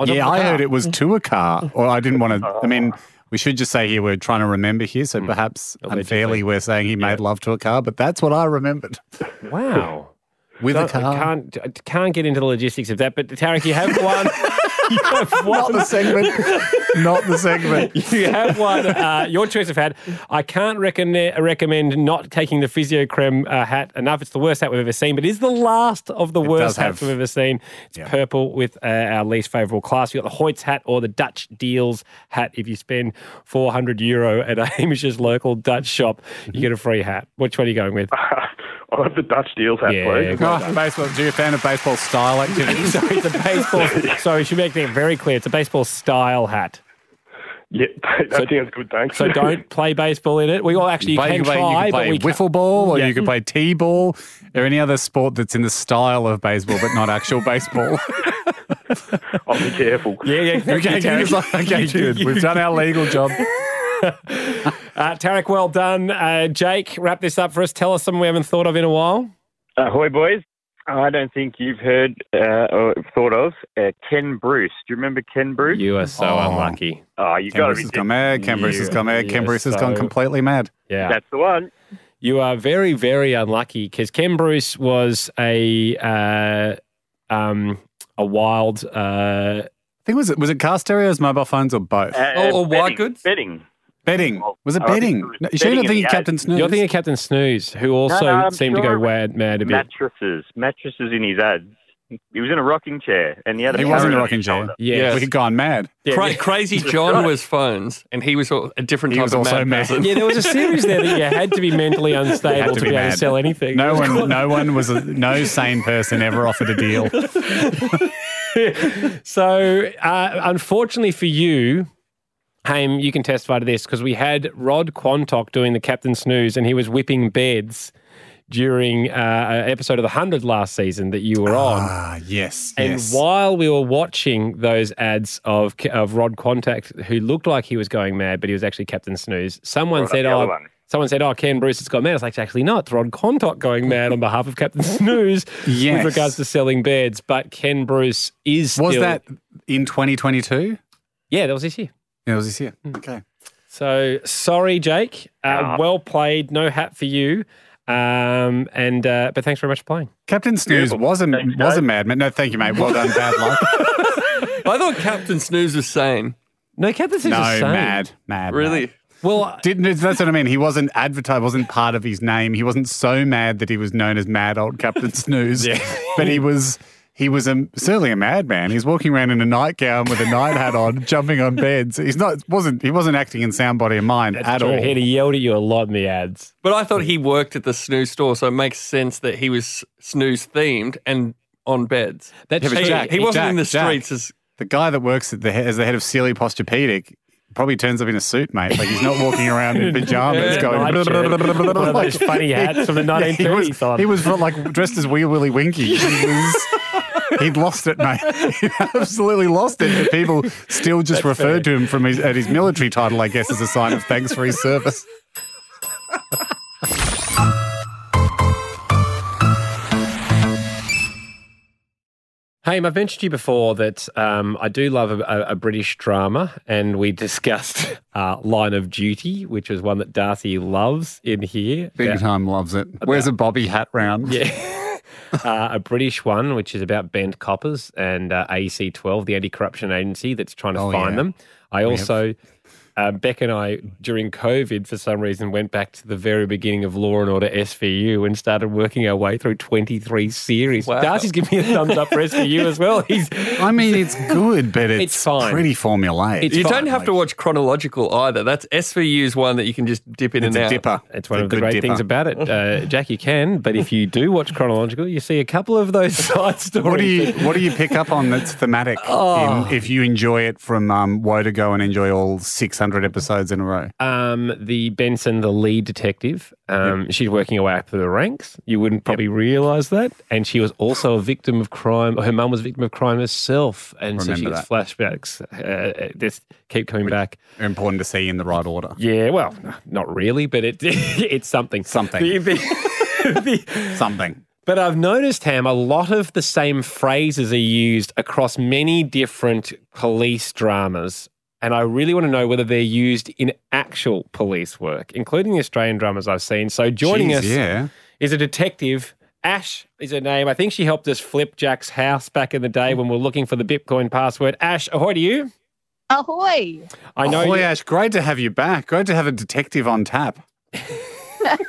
Speaker 3: on top
Speaker 4: yeah,
Speaker 3: of the
Speaker 4: I
Speaker 3: car. Oh.
Speaker 4: heard it was to a car, or I didn't want to. I mean, We should just say here we're trying to remember here,
Speaker 3: Hmm.
Speaker 4: so perhaps unfairly we're saying he made love to a car, but that's what I remembered.
Speaker 3: Wow.
Speaker 4: With a
Speaker 3: Don't- I
Speaker 4: car.
Speaker 3: can't, I can't get into the logistics of that, but Tarek, you have one. you have
Speaker 4: Not the
Speaker 3: one.
Speaker 4: segment. Not the segment.
Speaker 3: You have one. Uh, your choice of hat. I can't recon- recommend not taking the physio creme uh, hat enough. It's the worst hat we've ever seen, but it's the last of the
Speaker 4: does
Speaker 3: worst
Speaker 4: have-
Speaker 3: hats we've ever seen. It's
Speaker 4: Yeah.
Speaker 3: purple with uh, our least favourable class. You've got the Hoyts hat or the Dutch Deals hat. If you spend 400 euro at a Hamish's local Dutch shop, you
Speaker 4: Mm-hmm.
Speaker 3: get a free hat. Which one are you going with?
Speaker 9: I'll have the Dutch deals hat,
Speaker 3: Yeah,
Speaker 9: please.
Speaker 3: well
Speaker 4: Oh, baseball. Do you a fan of baseball style activities?
Speaker 3: so it's a baseball. so we should make that very clear. It's a baseball style hat.
Speaker 9: Yeah, that sounds good, thanks.
Speaker 3: So don't play baseball in it. We all actually you
Speaker 4: Play-
Speaker 3: can
Speaker 4: play-
Speaker 3: try,
Speaker 4: you can
Speaker 3: but
Speaker 4: play
Speaker 3: we can't.
Speaker 4: wiffle ball, or you can play t-ball, or any other sport that's in the style of baseball but not actual baseball.
Speaker 9: I'll be careful.
Speaker 3: Yeah, yeah. Thank
Speaker 4: okay,
Speaker 3: you, Tarek.
Speaker 4: you- okay,
Speaker 3: You-
Speaker 4: good.
Speaker 3: you-
Speaker 4: We've done our legal job.
Speaker 3: Uh, Tarek, well done. Uh, Jake, wrap this up for us. Tell us something we haven't thought of in a while.
Speaker 10: Ahoy, boys. I don't think you've heard uh, or thought of uh, Ken Bruce. Do you remember Ken Bruce?
Speaker 3: You are so
Speaker 4: Oh.
Speaker 3: unlucky.
Speaker 10: oh, you
Speaker 4: Ken
Speaker 10: got to
Speaker 4: Bruce
Speaker 10: be
Speaker 4: has gone mad. Ken Bruce has gone mad. Ken
Speaker 3: Yeah,
Speaker 4: Bruce has gone
Speaker 3: so-
Speaker 4: completely mad.
Speaker 3: Yeah.
Speaker 10: That's the one.
Speaker 3: You are very, very unlucky because Ken Bruce was a uh, um, a wild. Uh,
Speaker 4: I think was it was it car stereos, mobile phones, or both?
Speaker 10: Uh,
Speaker 5: Oh, or white
Speaker 10: betting,
Speaker 5: goods?
Speaker 10: Betting.
Speaker 4: betting.
Speaker 10: well,
Speaker 4: Was it
Speaker 10: I think
Speaker 4: betting?
Speaker 10: it was
Speaker 4: No, you sure you're
Speaker 10: betting
Speaker 4: not
Speaker 10: in
Speaker 4: thinking
Speaker 10: the
Speaker 4: Captain Snooze?
Speaker 3: you're thinking Captain Snooze, who also
Speaker 10: No, no, I'm
Speaker 3: seemed to
Speaker 10: sure
Speaker 3: go
Speaker 10: it was
Speaker 3: mad, mad a bit.
Speaker 10: Mattresses. Mattresses in his ads. He was in a rocking chair and he had a
Speaker 4: he was in
Speaker 10: parrot
Speaker 4: a
Speaker 10: on
Speaker 4: rocking
Speaker 10: his
Speaker 4: chair.
Speaker 10: shoulder.
Speaker 3: Yes.
Speaker 4: we had gone mad.
Speaker 3: Yeah,
Speaker 5: Cra-
Speaker 3: yeah.
Speaker 5: Crazy John was phones, and he was a a different
Speaker 4: He
Speaker 5: type
Speaker 4: was
Speaker 5: of
Speaker 4: also
Speaker 5: mad
Speaker 4: mad.
Speaker 5: person.
Speaker 3: Yeah, there was a series there that you had to be mentally unstable
Speaker 4: Had
Speaker 3: to,
Speaker 4: to
Speaker 3: be,
Speaker 4: be
Speaker 3: able to
Speaker 4: mad.
Speaker 3: sell anything.
Speaker 4: No one, no one was a, no sane person ever offered a deal.
Speaker 3: So, uh, unfortunately for you, Haim, you can testify to this because we had Rod Quantock doing the Captain Snooze and he was whipping beds during uh, an episode of The 100 last season that you were on.
Speaker 4: Ah, yes,
Speaker 3: And
Speaker 4: yes.
Speaker 3: while we were watching those ads of of Rod Contact, who looked like he was going mad, but he was actually Captain Snooze, someone said,
Speaker 10: the
Speaker 3: "Oh,
Speaker 10: other one."
Speaker 3: someone said, oh, Ken Bruce has gone mad." It's like, actually not. It's Rod Contact going mad on behalf of Captain Snooze
Speaker 4: Yes.
Speaker 3: with regards to selling beds, but Ken Bruce is
Speaker 4: was
Speaker 3: still-
Speaker 4: that in 2022?
Speaker 3: yeah, that was this year.
Speaker 4: Yeah, it was this year. Okay.
Speaker 3: So sorry, Jake. Uh, well played. No hat for you. Um, and uh, but thanks very much for playing.
Speaker 4: Captain Snooze was a was a madman. No, thank you, mate. Well done. Bad luck.
Speaker 5: I thought Captain Snooze was sane.
Speaker 3: No, Cat, this is
Speaker 4: no,
Speaker 3: insane.
Speaker 4: mad, mad.
Speaker 5: Really?
Speaker 4: mad.
Speaker 3: Well,
Speaker 4: Didn't that's what I mean? He wasn't advertised. Wasn't part of his name. He wasn't so mad that he was known as Mad Old Captain Snooze. But he was. He was a, certainly a madman. He's walking around in a nightgown with a night hat on, jumping on beds. He's not wasn't he wasn't acting in sound body and mind
Speaker 3: that's
Speaker 4: at
Speaker 3: true.
Speaker 4: all.
Speaker 3: He yelled at you a lot in the ads.
Speaker 5: But I thought he worked at the snooze store, so it makes sense that he was snooze themed and on beds.
Speaker 3: That's
Speaker 5: he,
Speaker 4: Jack,
Speaker 5: he wasn't in the
Speaker 4: Jack, Jack.
Speaker 5: streets as
Speaker 4: the guy that works at the he- as the head of Sealy Posturepedic probably turns up in a suit, mate. Like he's not walking around in pajamas
Speaker 3: Yeah,
Speaker 4: going.
Speaker 3: night shirt. One of those funny hats from the
Speaker 4: Yeah, he
Speaker 3: 1930s
Speaker 4: was,
Speaker 3: on.
Speaker 4: he was like dressed as Wee Willie Winky. He was, he'd lost it, mate. He absolutely lost it. But people still just referred to him from his at his military title, I guess, as a sign of thanks for his service.
Speaker 3: Hey, I've mentioned to you before that um, I do love a, a, a British drama, and we discussed uh, Line of Duty, which is one that Darcy loves in here.
Speaker 4: Big time loves it. Where's a bobby hat round?
Speaker 3: Yeah. uh, a British one, which is about bent coppers and uh, AC12, the anti corruption agency that's trying to
Speaker 4: Oh,
Speaker 3: find
Speaker 4: yeah.
Speaker 3: them. I
Speaker 4: have-
Speaker 3: also, uh, Beck and I, during COVID, for some reason, went back to the very beginning of Law and Order SVU and started working our way through 23 series.
Speaker 5: Wow.
Speaker 3: Darcy's giving me a thumbs up for SVU as well. He's.
Speaker 4: I mean, it's good, but it's,
Speaker 3: It's fine.
Speaker 4: pretty formulaic.
Speaker 3: It's
Speaker 5: you
Speaker 3: fine,
Speaker 5: don't have to watch chronological either. That's SVU's one that you can just dip in
Speaker 4: It's
Speaker 5: and
Speaker 4: a
Speaker 5: out.
Speaker 4: dipper.
Speaker 3: It's one
Speaker 4: a
Speaker 3: of the
Speaker 4: good
Speaker 3: great
Speaker 4: dipper.
Speaker 3: things about it, uh, Jack. You can, but if you do watch chronological, you see a couple of those side stories.
Speaker 4: What do you Oh.
Speaker 3: that-
Speaker 4: What do you pick up on that's thematic? In, if you enjoy it from um, Woe to Go and enjoy all six hundred episodes in a row,
Speaker 3: um, the Benson, the lead detective. Um, She's working her way up through the ranks. You wouldn't probably realise that. And she was also a victim of crime. Her mum was a victim of crime herself. And so she
Speaker 4: Remember
Speaker 3: gets flashbacks. Uh, uh, just keep coming back.
Speaker 4: important to see in the right order.
Speaker 3: Yeah, well, n- not really, but it it's something.
Speaker 4: Something.
Speaker 3: The- the- the-
Speaker 4: Something.
Speaker 3: but I've noticed, Ham, a lot of the same phrases are used across many different police dramas. and I really want to know whether they're used in actual police work, including the Australian dramas I've seen. So joining
Speaker 4: Jeez,
Speaker 3: us
Speaker 4: yeah.
Speaker 3: is a detective. Ash is her name. I think she helped us flip Jack's house back in the day when we were looking for the Bitcoin password. Ash, ahoy to you.
Speaker 11: Ahoy.
Speaker 3: I know.
Speaker 4: Ahoy,
Speaker 3: you-
Speaker 4: Ash, great to have you back. Great to have a detective on tap.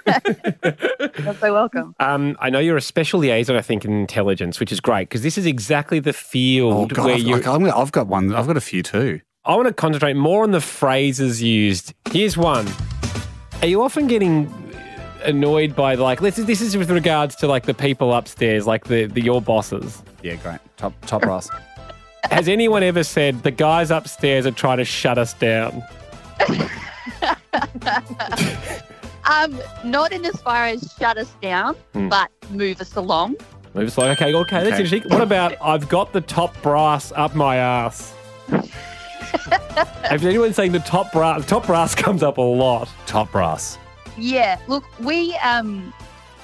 Speaker 11: You're so welcome.
Speaker 3: Um, I know you're a special liaison, I think, in intelligence, which is great because this is exactly the field
Speaker 4: Oh, God,
Speaker 3: where
Speaker 4: I've,
Speaker 3: you.
Speaker 4: like, I'm, gonna- I've got one. I've got a few too.
Speaker 3: I want to concentrate more on the phrases used. Here's one. Are you often getting annoyed by like this is this is with regards to like the people upstairs, like the, the your bosses?
Speaker 4: Yeah, great. Top top brass.
Speaker 3: Has anyone ever said the guys upstairs are trying to shut us down?
Speaker 11: Um, not in as far as shut us down,
Speaker 3: Hmm.
Speaker 11: but move us along.
Speaker 3: Move us like okay, okay, that's
Speaker 4: Okay.
Speaker 3: interesting. What about I've got the top brass up my ass? Have anyone saying the top brass? Top brass comes up a lot.
Speaker 4: top brass.
Speaker 11: Yeah. Look, we um,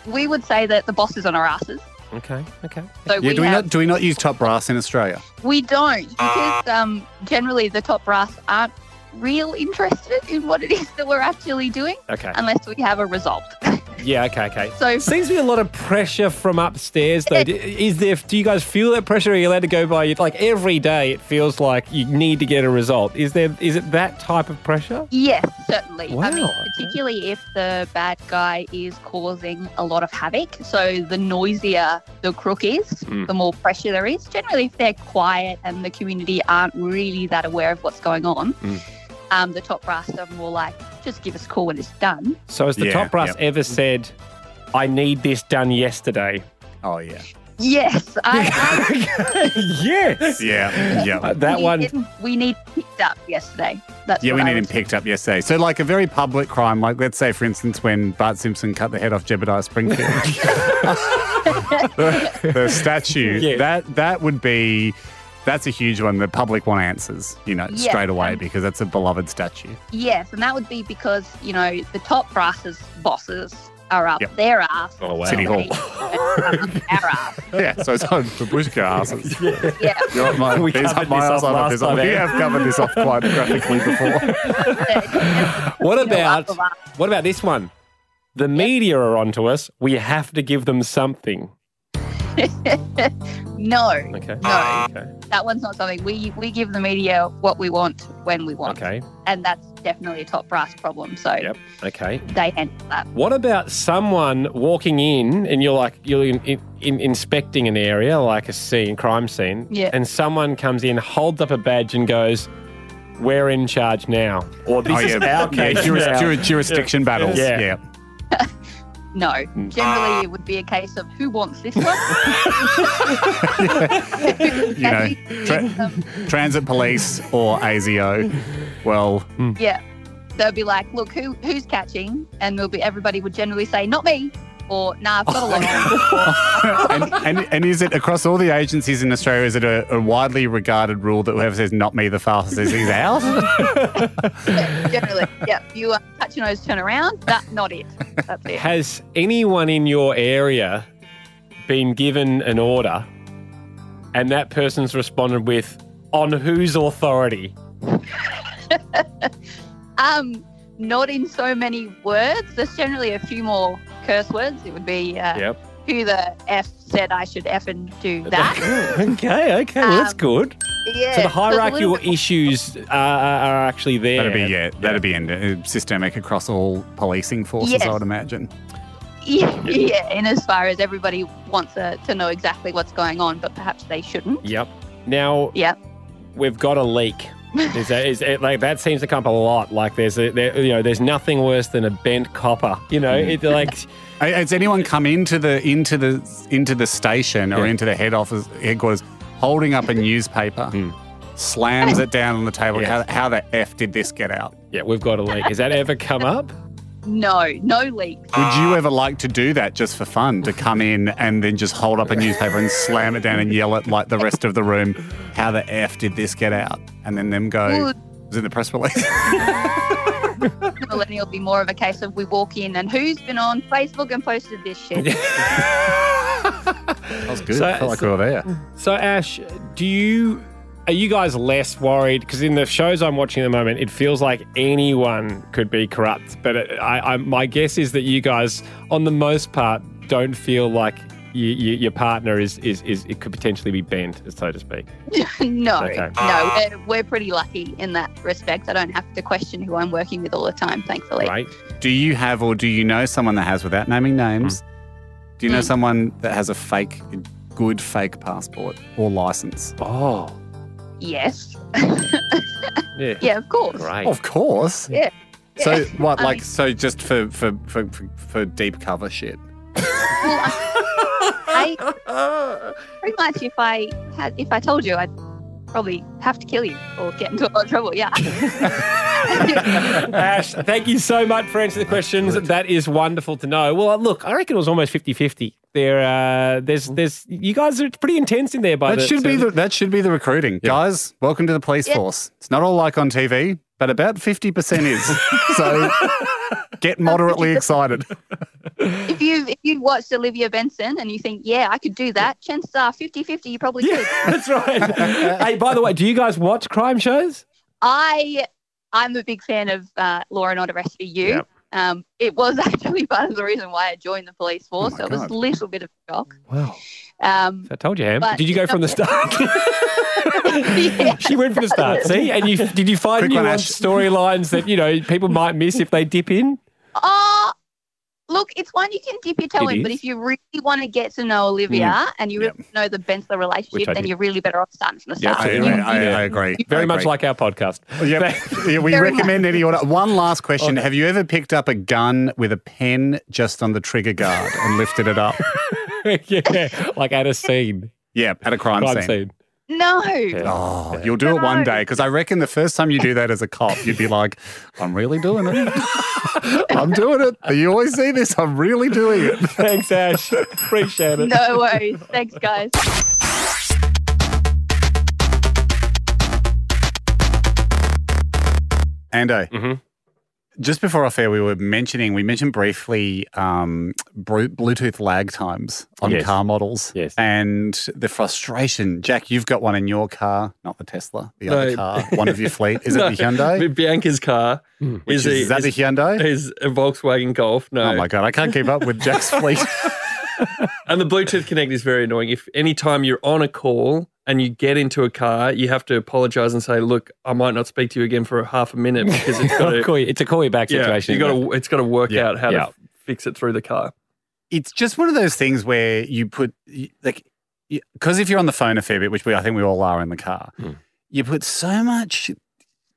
Speaker 11: we would say that the boss is on our asses.
Speaker 3: Okay, okay.
Speaker 11: So
Speaker 4: Yeah,
Speaker 11: we,
Speaker 4: do we
Speaker 11: have,
Speaker 4: not do we not use top brass in Australia?
Speaker 11: we don't because um, generally the top brass aren't real interested in what it is that we're actually doing
Speaker 3: Okay.
Speaker 11: unless we have a result.
Speaker 3: Yeah, okay, okay.
Speaker 11: so
Speaker 3: Seems to be a lot of pressure from upstairs, though. D- Is there? Do you guys feel that pressure? Are you allowed to go by? Like every day, it feels like you need to get a result. Is there? Is it that type of pressure?
Speaker 11: Yes, certainly. I mean,
Speaker 3: Wow.
Speaker 11: particularly if the bad guy is causing a lot of havoc. So the noisier the crook is,
Speaker 3: Mm.
Speaker 4: Hmm.
Speaker 11: the more pressure there is. Generally, if they're quiet and the community aren't really that aware of what's going on,
Speaker 4: Hmm.
Speaker 3: Mm.
Speaker 11: um, the top brass are more like, just give us a call when it's done.
Speaker 3: So, has the
Speaker 4: Yeah,
Speaker 3: top brass
Speaker 4: yep.
Speaker 3: ever said, "I need this done yesterday"?
Speaker 4: Oh yeah.
Speaker 11: Yes, I,
Speaker 3: yes.
Speaker 4: Yeah.
Speaker 3: Uh,
Speaker 4: Yeah.
Speaker 11: I,
Speaker 3: that
Speaker 11: we
Speaker 3: one.
Speaker 11: didn't- we need picked up yesterday. That's
Speaker 4: Yeah,
Speaker 11: what
Speaker 4: we
Speaker 11: I
Speaker 4: need him
Speaker 11: would say.
Speaker 4: picked up yesterday. So, like a very public crime, like let's say, for instance, when Bart Simpson cut the head off Jebediah Springfield, the, the statue
Speaker 3: Yeah.
Speaker 4: that that would be that's a huge one. The public one answers, you know,
Speaker 11: Yeah.
Speaker 4: straight away because that's a beloved statue.
Speaker 11: Yes, and that would be because you know the top brass's bosses are up
Speaker 4: Yep.
Speaker 11: their ass.
Speaker 3: Oh, wow.
Speaker 4: City Hall.
Speaker 11: our ass.
Speaker 4: Yeah, so it's on Babushka asses.
Speaker 11: Yeah,
Speaker 4: You're up my,
Speaker 3: We
Speaker 4: he's
Speaker 3: covered
Speaker 4: up my
Speaker 3: this
Speaker 4: ass,
Speaker 3: up
Speaker 4: I'm up
Speaker 3: last
Speaker 4: his ass.
Speaker 3: time,
Speaker 4: We
Speaker 3: eh?
Speaker 4: have covered this off quite graphically before.
Speaker 3: What
Speaker 11: you know,
Speaker 3: about?
Speaker 11: up the
Speaker 3: What about this one? The media are onto us. We have to give them something.
Speaker 11: no,
Speaker 3: Okay.
Speaker 11: No.
Speaker 3: Okay.
Speaker 11: that one's not something we we give the media what we want when we want,
Speaker 3: Okay.
Speaker 11: and that's definitely a top brass problem. So
Speaker 3: Yep. Okay.
Speaker 11: they handle that.
Speaker 3: What about someone walking in and you're like you're in, in, in, inspecting an area like a scene, crime scene,
Speaker 11: Yeah.
Speaker 3: and someone comes in, holds up a badge and goes, "We're in charge now," or "This
Speaker 4: Oh,
Speaker 3: is
Speaker 4: yeah.
Speaker 3: our case
Speaker 4: Yeah, juris-
Speaker 3: now."
Speaker 4: juri- jurisdiction battles.
Speaker 3: Yeah.
Speaker 4: Yeah.
Speaker 11: No,
Speaker 3: Mm.
Speaker 11: generally it would be a case of who wants this one.
Speaker 4: You know, tra- transit police or ASIO. Well,
Speaker 11: yeah, they'll be like, look, who who's catching, and they'll be everybody would generally say not me, or nah, I've got a lot. on."
Speaker 4: and, and, and is it across all the agencies in Australia, is it a, a widely regarded rule that whoever says not me the fastest is he's out?
Speaker 11: generally, yeah, you uh, touch your nose, turn around. That not it. That's it.
Speaker 3: Has anyone in your area been given an order, and that person's responded with, "On whose authority?"
Speaker 11: Um, not in so many words. There's generally a few more curse words. It would be uh,
Speaker 3: Yep.
Speaker 11: who the f said I should f and do that.
Speaker 3: okay. Okay. Well, that's
Speaker 11: Um,
Speaker 3: good. So
Speaker 11: yeah.
Speaker 3: the
Speaker 11: so it's a little
Speaker 3: hierarchical
Speaker 11: bit-
Speaker 3: issues are, are are actually there.
Speaker 4: That'd be yeah, that'd be in, uh, systemic across all policing forces,
Speaker 11: Yes.
Speaker 4: I would imagine.
Speaker 11: yeah, yeah. In as far as everybody wants uh, to know exactly what's going on, but perhaps they shouldn't.
Speaker 3: Yep. Now
Speaker 11: Yep.
Speaker 3: we've got a leak. Is that, is it, like that seems to come up a lot. Like there's a, there, you know there's nothing worse than a bent copper. You know it like
Speaker 4: Uh, Has anyone come into the into the into the station or
Speaker 3: Yeah.
Speaker 4: into the head office headquarters holding up a newspaper, slams it down on the table?
Speaker 3: Yeah.
Speaker 4: How, how the f did this get out?
Speaker 3: yeah we've got a leak. Has that ever come up?
Speaker 11: No, no leaks.
Speaker 4: Would you ever like to do that just for fun? To come in and then just hold up a newspaper and slam it down and yell at like the rest of the room, "How the f did this get out?" And then them go,
Speaker 11: Would-
Speaker 4: "Was it the press release?"
Speaker 11: The millennial would be more of a case of we walk in and who's been on Facebook and posted this shit.
Speaker 4: that was good.
Speaker 3: So-
Speaker 11: Mm.
Speaker 4: Felt like we were there.
Speaker 3: So Ash, do you are you guys less worried? Because in the shows I'm watching at the moment, it feels like anyone could be corrupt. But it, I, I, my guess is that you guys, on the most part, don't feel like you, you, your partner is, is is it could potentially be bent, so to speak.
Speaker 11: no,
Speaker 3: Okay.
Speaker 11: no, we're, we're pretty lucky in that respect. I don't have to question who I'm working with all the time, thankfully.
Speaker 4: Right. Do you have or do you know someone that has, without naming names, do
Speaker 11: Mm.
Speaker 4: you know someone that has a fake, a good fake passport or license?
Speaker 3: Oh,
Speaker 11: Yes.
Speaker 3: yeah.
Speaker 11: Yeah, of course.
Speaker 4: Of course.
Speaker 11: Yeah.
Speaker 4: So
Speaker 11: Yeah.
Speaker 4: what,
Speaker 11: I
Speaker 4: like,
Speaker 11: mean-
Speaker 4: so just for for, for for for deep cover shit.
Speaker 11: I, pretty much, if I had, if I told you, I'd probably have to kill you or get into a lot of trouble. Yeah.
Speaker 3: Ash, thank you so much for answering the questions. That is wonderful to know. Well, uh, look, I reckon it was almost 50-50. There, uh, there's, there's, you guys are pretty intense in there, by
Speaker 4: Mm-hmm. that
Speaker 3: the-
Speaker 4: should be
Speaker 3: so-
Speaker 4: the, that should be the recruiting, guys. Welcome to the police
Speaker 11: Yeah.
Speaker 4: force. It's not all like on TV, but about fifty percent is. so get moderately excited.
Speaker 11: if you've if you'd watched Olivia Benson and you think, yeah, I could do that, chances are 50-50 you probably could.
Speaker 3: That's right. hey, by the way, do you guys watch crime shows?
Speaker 11: I I'm a big fan of uh, Law and Order Rescue U.
Speaker 3: Yep.
Speaker 11: Um, it was actually part of the reason why I joined the police force. so it was
Speaker 3: Oh God.
Speaker 11: a little bit of a shock.
Speaker 3: Wow.
Speaker 11: Um,
Speaker 3: I told you, Ham.
Speaker 11: But-
Speaker 3: Did you go from the start? She went from the start. See, and you did you find
Speaker 4: Quick one,
Speaker 3: nuanced storylines that you know people might miss if they dip in?
Speaker 11: oh, look, it's one you can dip your toe
Speaker 3: It
Speaker 11: in, but
Speaker 3: is.
Speaker 11: if you really want to get to know Olivia
Speaker 4: Mm.
Speaker 11: and you really want to know the bent of the
Speaker 3: Which I
Speaker 11: relationship, then
Speaker 3: did.
Speaker 11: you're really better off starting from the
Speaker 4: Yeah,
Speaker 11: start.
Speaker 4: I,
Speaker 11: You-
Speaker 4: I, I, I agree.
Speaker 3: Very
Speaker 4: I
Speaker 3: much
Speaker 4: agree.
Speaker 3: like our podcast.
Speaker 4: Yep. Yeah, we
Speaker 11: Very much.
Speaker 4: recommend any order. One last question: Have you ever picked up a gun with a pen just on the trigger guard and lifted it up?
Speaker 3: yeah, like at a scene,
Speaker 4: Yeah, at a crime,
Speaker 3: crime
Speaker 4: scene.
Speaker 3: scene.
Speaker 11: no.
Speaker 4: Oh, you'll do it one day because I reckon the first time you do that as a cop, you'd be like, "I'm really doing it. I'm doing it. You always see this. I'm really doing it."
Speaker 3: Thanks, Ash. Appreciate it.
Speaker 11: No worries. Thanks, guys.
Speaker 4: Ando,
Speaker 3: Mhm.
Speaker 4: just before off air, we were mentioning we mentioned briefly um, bru- Bluetooth lag times on
Speaker 3: Yes.
Speaker 4: car models,
Speaker 3: Yes.
Speaker 4: and the frustration. Jack, you've got one in your car, not the Tesla, the
Speaker 5: No.
Speaker 4: other car, one of your fleet. Is
Speaker 5: No,
Speaker 4: it the Hyundai?
Speaker 5: B- Bianca's car
Speaker 3: Hmm.
Speaker 4: Which
Speaker 5: is,
Speaker 4: is,
Speaker 5: a,
Speaker 4: is that the
Speaker 5: is,
Speaker 4: Hyundai?
Speaker 5: is a Volkswagen Golf. No,
Speaker 4: Oh my god, I can't keep up with Jack's fleet.
Speaker 5: and the Bluetooth Connect is very annoying. If any time you're on a call and you get into a car, you have to apologize and say, "Look, I might not speak to you again for a half a minute because it's got
Speaker 3: I'll
Speaker 5: to,
Speaker 3: call you- it's a call you back
Speaker 5: yeah,
Speaker 3: situation.
Speaker 5: you got to, it's got to work
Speaker 3: Yeah,
Speaker 5: out how
Speaker 3: yeah.
Speaker 5: to f- fix it through the car."
Speaker 4: it's just one of those things where you put you- like because if you're on the phone a fair bit, which we I think we all are in the car,
Speaker 3: Hmm.
Speaker 4: you put so much.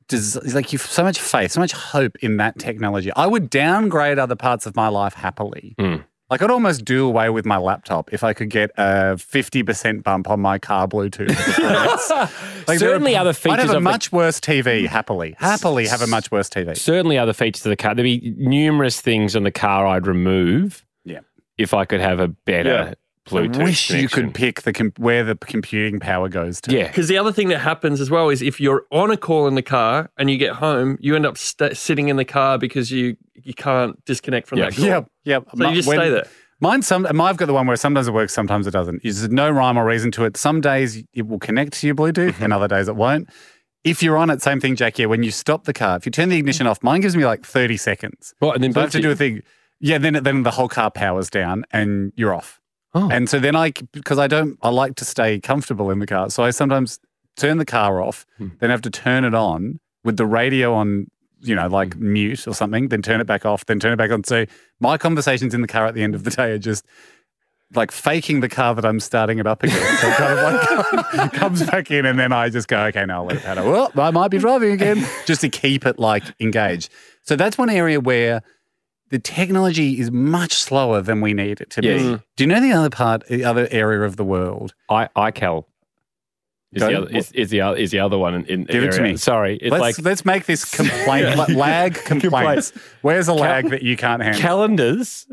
Speaker 4: des- Like you, so much faith, so much hope in that technology. I would downgrade other parts of my life happily.
Speaker 3: Mm.
Speaker 4: Like I'd almost do away with my laptop if I could get a fifty percent bump on my car Bluetooth. performance. Like, there are-
Speaker 3: certainly other
Speaker 4: I'd
Speaker 3: features
Speaker 4: have a
Speaker 3: of the
Speaker 4: much worse TV happily. Happily have a much worse TV.
Speaker 3: certainly other features of the car. There'd be numerous things on the car I'd remove.
Speaker 4: Yeah.
Speaker 3: If I could have a
Speaker 5: Yeah.
Speaker 3: better Bluetooth.
Speaker 4: I wish you
Speaker 3: connection.
Speaker 4: could pick the com- where the computing power goes to.
Speaker 3: Yeah.
Speaker 5: Because the other thing that happens as well is if you're on a call in the car and you get home, you end up sta sitting in the car because you you can't disconnect from
Speaker 3: Yeah.
Speaker 5: that. Call.
Speaker 4: Yep. Yep.
Speaker 5: So you just stay there.
Speaker 4: Mine some I've got the one where sometimes it works, sometimes it doesn't. There's no rhyme or reason to it. Some days it will connect to your Bluetooth
Speaker 5: Mm-hmm.
Speaker 4: and other days it won't. If you're on it, same thing, Jack. Yeah, when you stop the car, if you turn the ignition
Speaker 5: Mm.
Speaker 4: off, mine gives me like 30 seconds.
Speaker 3: Well, and then
Speaker 4: So I have to
Speaker 3: Bluetooth-
Speaker 4: do a thing. Yeah, then then the whole car powers down and you're off.
Speaker 3: Oh.
Speaker 4: And so then I, because I don't, I like to stay comfortable in the car. So I sometimes turn the car off,
Speaker 3: Hmm.
Speaker 4: then have to turn it on with the radio on, you know, like
Speaker 3: Hmm.
Speaker 4: mute or something, then turn it back off, then turn it back on. So my conversations in the car at the end of the day are just like faking the car that I'm starting it up again. So it kind of like comes back in, and then I just go, okay, now I'll let it paddle. Well, I might be driving again just to keep it like engaged. So that's one area where the technology is much slower than we need it to
Speaker 3: Yes.
Speaker 4: be. Do you know the other part, the other area of the world?
Speaker 3: I, iCal is the,
Speaker 4: Go-
Speaker 3: other, is, is, the other, is the other one. In, in
Speaker 4: Give it to
Speaker 3: area.
Speaker 4: me.
Speaker 3: Sorry. It's
Speaker 4: let's,
Speaker 3: like
Speaker 4: let's make this complaint, la- lag complaints. Where's a lag that you can't handle?
Speaker 3: calendars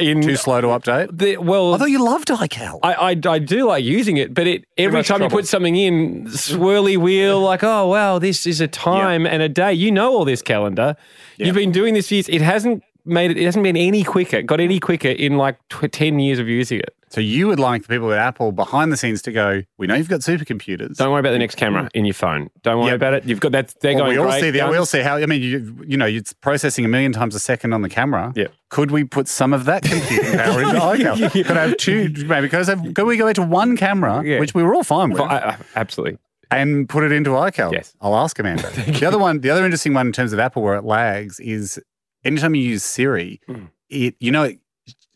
Speaker 3: in.
Speaker 4: Too slow to update?
Speaker 3: the, well,
Speaker 4: I thought you loved iCal.
Speaker 3: I, I, I do like using it, but it every
Speaker 5: much
Speaker 3: time you
Speaker 5: trouble.
Speaker 3: put something in, swirly wheel, like, oh, wow, this is a time and a day. You know all this calendar. You've been doing this for years. It hasn't made it, it hasn't been any quicker, got any quicker in like tw- 10 years of using it.
Speaker 4: So you would like the people at Apple behind the scenes to go, we know you've got supercomputers.
Speaker 3: Don't worry about the next camera in your phone. Don't worry
Speaker 4: Yep.
Speaker 3: about it. You've got that. They're
Speaker 4: Well,
Speaker 3: going.
Speaker 4: we all
Speaker 3: great
Speaker 4: see the, we all
Speaker 3: guns.
Speaker 4: see how I mean you you know it's processing a million times a second on the camera.
Speaker 3: Yep.
Speaker 4: Could we put some of that computing power into our camera? Could I have two? Maybe could, I have, could we go into one camera,
Speaker 3: Yeah.
Speaker 4: which we were all fine with,
Speaker 3: Fi- uh, absolutely.
Speaker 4: and put it into iCal?
Speaker 3: Yes.
Speaker 4: I'll ask Amanda. the other one, the other interesting one in terms of Apple where it lags is anytime you use Siri,
Speaker 3: Hmm.
Speaker 4: it you know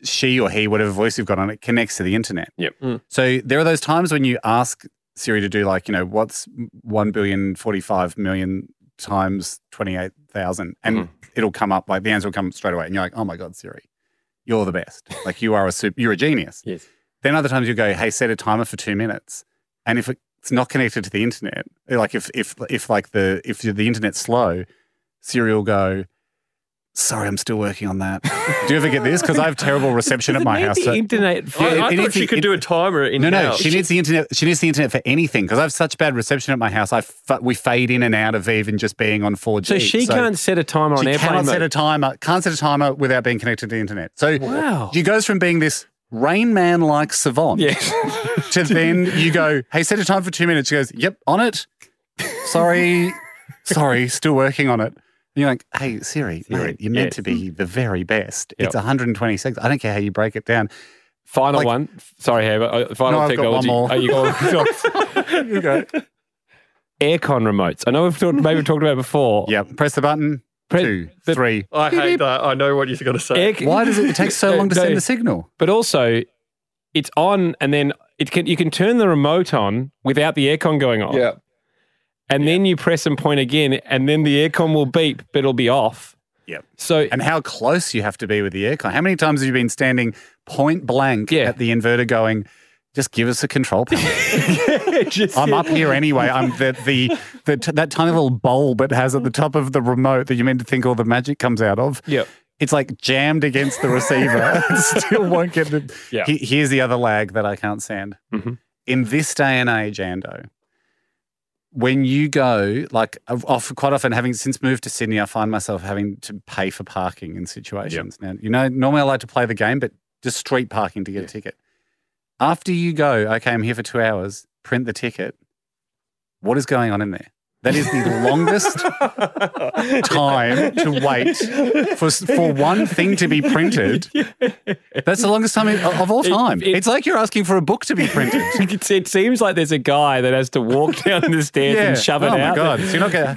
Speaker 4: she or he whatever voice you've got on it connects to the internet.
Speaker 3: Yep.
Speaker 4: So there are those times when you ask Siri to do like, you know, what's 1 billion 45 million times 28,000
Speaker 3: Hmm.
Speaker 4: and it'll come up like the answer will come straight away and you're like, "Oh my god, Siri, you're the best. Like you are a super, you're a genius."
Speaker 3: Yes.
Speaker 4: Then other times you go, "Hey, set a timer for 2 minutes." And if it's not connected to the internet, like if if if like the if the internet's slow, Siri will go, "Sorry, I'm still working on that." do you ever get this? Because I have terrible reception at my house. so-
Speaker 3: internet.
Speaker 5: I, I
Speaker 4: it- it
Speaker 5: thought
Speaker 4: is-
Speaker 5: she could
Speaker 4: it-
Speaker 5: do a timer in
Speaker 4: no, no,
Speaker 5: house.
Speaker 4: she needs the internet. She needs the internet for anything because I have such bad reception at my house. I fa- we fade in and out of even just being on 4G.
Speaker 3: So she can't set a timer on
Speaker 4: she
Speaker 3: airplane
Speaker 4: cannot
Speaker 3: mode.
Speaker 4: set a timer. Can't set a timer without being connected to the internet. So
Speaker 3: Wow.
Speaker 4: she goes from being this Rain Man like savant to then you go, hey, set a time for two minutes. She goes, yep, on it. Sorry, sorry, still working on it. And you're like, hey, Siri, mate, you're meant
Speaker 3: yes.
Speaker 4: to be the very best.
Speaker 3: Yep.
Speaker 4: It's 120 seconds. I don't care how you break it down.
Speaker 3: Final
Speaker 4: like-
Speaker 3: one. Sorry, Herbert. Uh, Final
Speaker 4: No, I've got one
Speaker 3: technology.
Speaker 4: more.
Speaker 3: Are you going?
Speaker 4: You go,
Speaker 3: Aircon remotes. I know we've talked, maybe we've talked about it before.
Speaker 4: Yep. Press the button.
Speaker 3: Pre-
Speaker 4: Two,
Speaker 3: the-
Speaker 4: three.
Speaker 5: I hate that. I know what you're going to say.
Speaker 3: Air-
Speaker 4: Why does it take so long to
Speaker 3: No,
Speaker 4: send the signal?
Speaker 3: But also, it's on, and then it can you can turn the remote on without the aircon going on.
Speaker 5: Yeah.
Speaker 3: And then you press and point again, and then the aircon will beep, but it'll be off.
Speaker 4: Yep.
Speaker 3: So
Speaker 4: And how close you have to be with the aircon. How many times have you been standing point blank
Speaker 3: Yeah.
Speaker 4: at the inverter going, just give us a control panel.
Speaker 3: Just-
Speaker 4: I'm up here anyway. I'm the, the, the t- that tiny little bulb it has at the top of the remote that you meant to think all the magic comes out of.
Speaker 3: Yep.
Speaker 4: It's like jammed against the receiver. It still won't get the.
Speaker 3: Yeah.
Speaker 4: He- here's the other lag that I can't stand.
Speaker 3: Mhm.
Speaker 4: In this day and age, Ando, when you go, like, I've off, quite often having since moved to Sydney, I find myself having to pay for parking in situations. Now, you know, normally I like to play the game, but just street parking to get a ticket. After you go, okay, I'm here for two hours, print the ticket. What is going on in there? That is the longest time to wait for for one thing to be printed. That's the longest time of, of all time.
Speaker 3: it-
Speaker 4: it's like you're asking for a book to be printed.
Speaker 3: It's- it seems like there's a guy that has to walk down the stairs and shove it
Speaker 4: oh
Speaker 3: out.
Speaker 4: my god! So you're not going.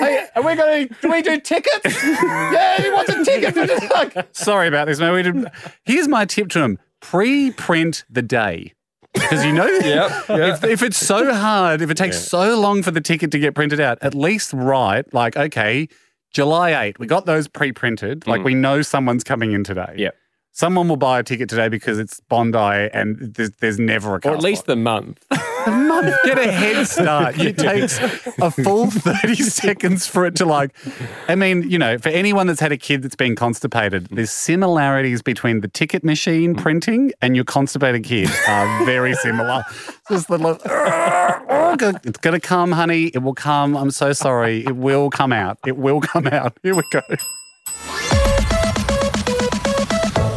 Speaker 4: hey, are we going? Do we do tickets? yeah, he wants a ticket. For this. Like, sorry about this, man. We did. Here's my tip to him: pre-print the day. Because you know, if, if it's so hard, if it takes so long for the ticket to get printed out, at least write like, okay, July 8, we got those pre-printed.
Speaker 3: Mm.
Speaker 4: Like we know someone's coming in today.
Speaker 3: Yep.
Speaker 4: Someone will buy a ticket today because it's Bondi and there's, there's never a car
Speaker 3: Or at least the month.
Speaker 4: a month. Get a head start. It takes a full 30 seconds for it to like. I mean, you know, for anyone that's had a kid that's been constipated, the similarities between the ticket machine printing and your constipated kid are very similar. Just the little, it's going to come, honey. It will come. I'm so sorry. It will come out. It will come out. Here we go.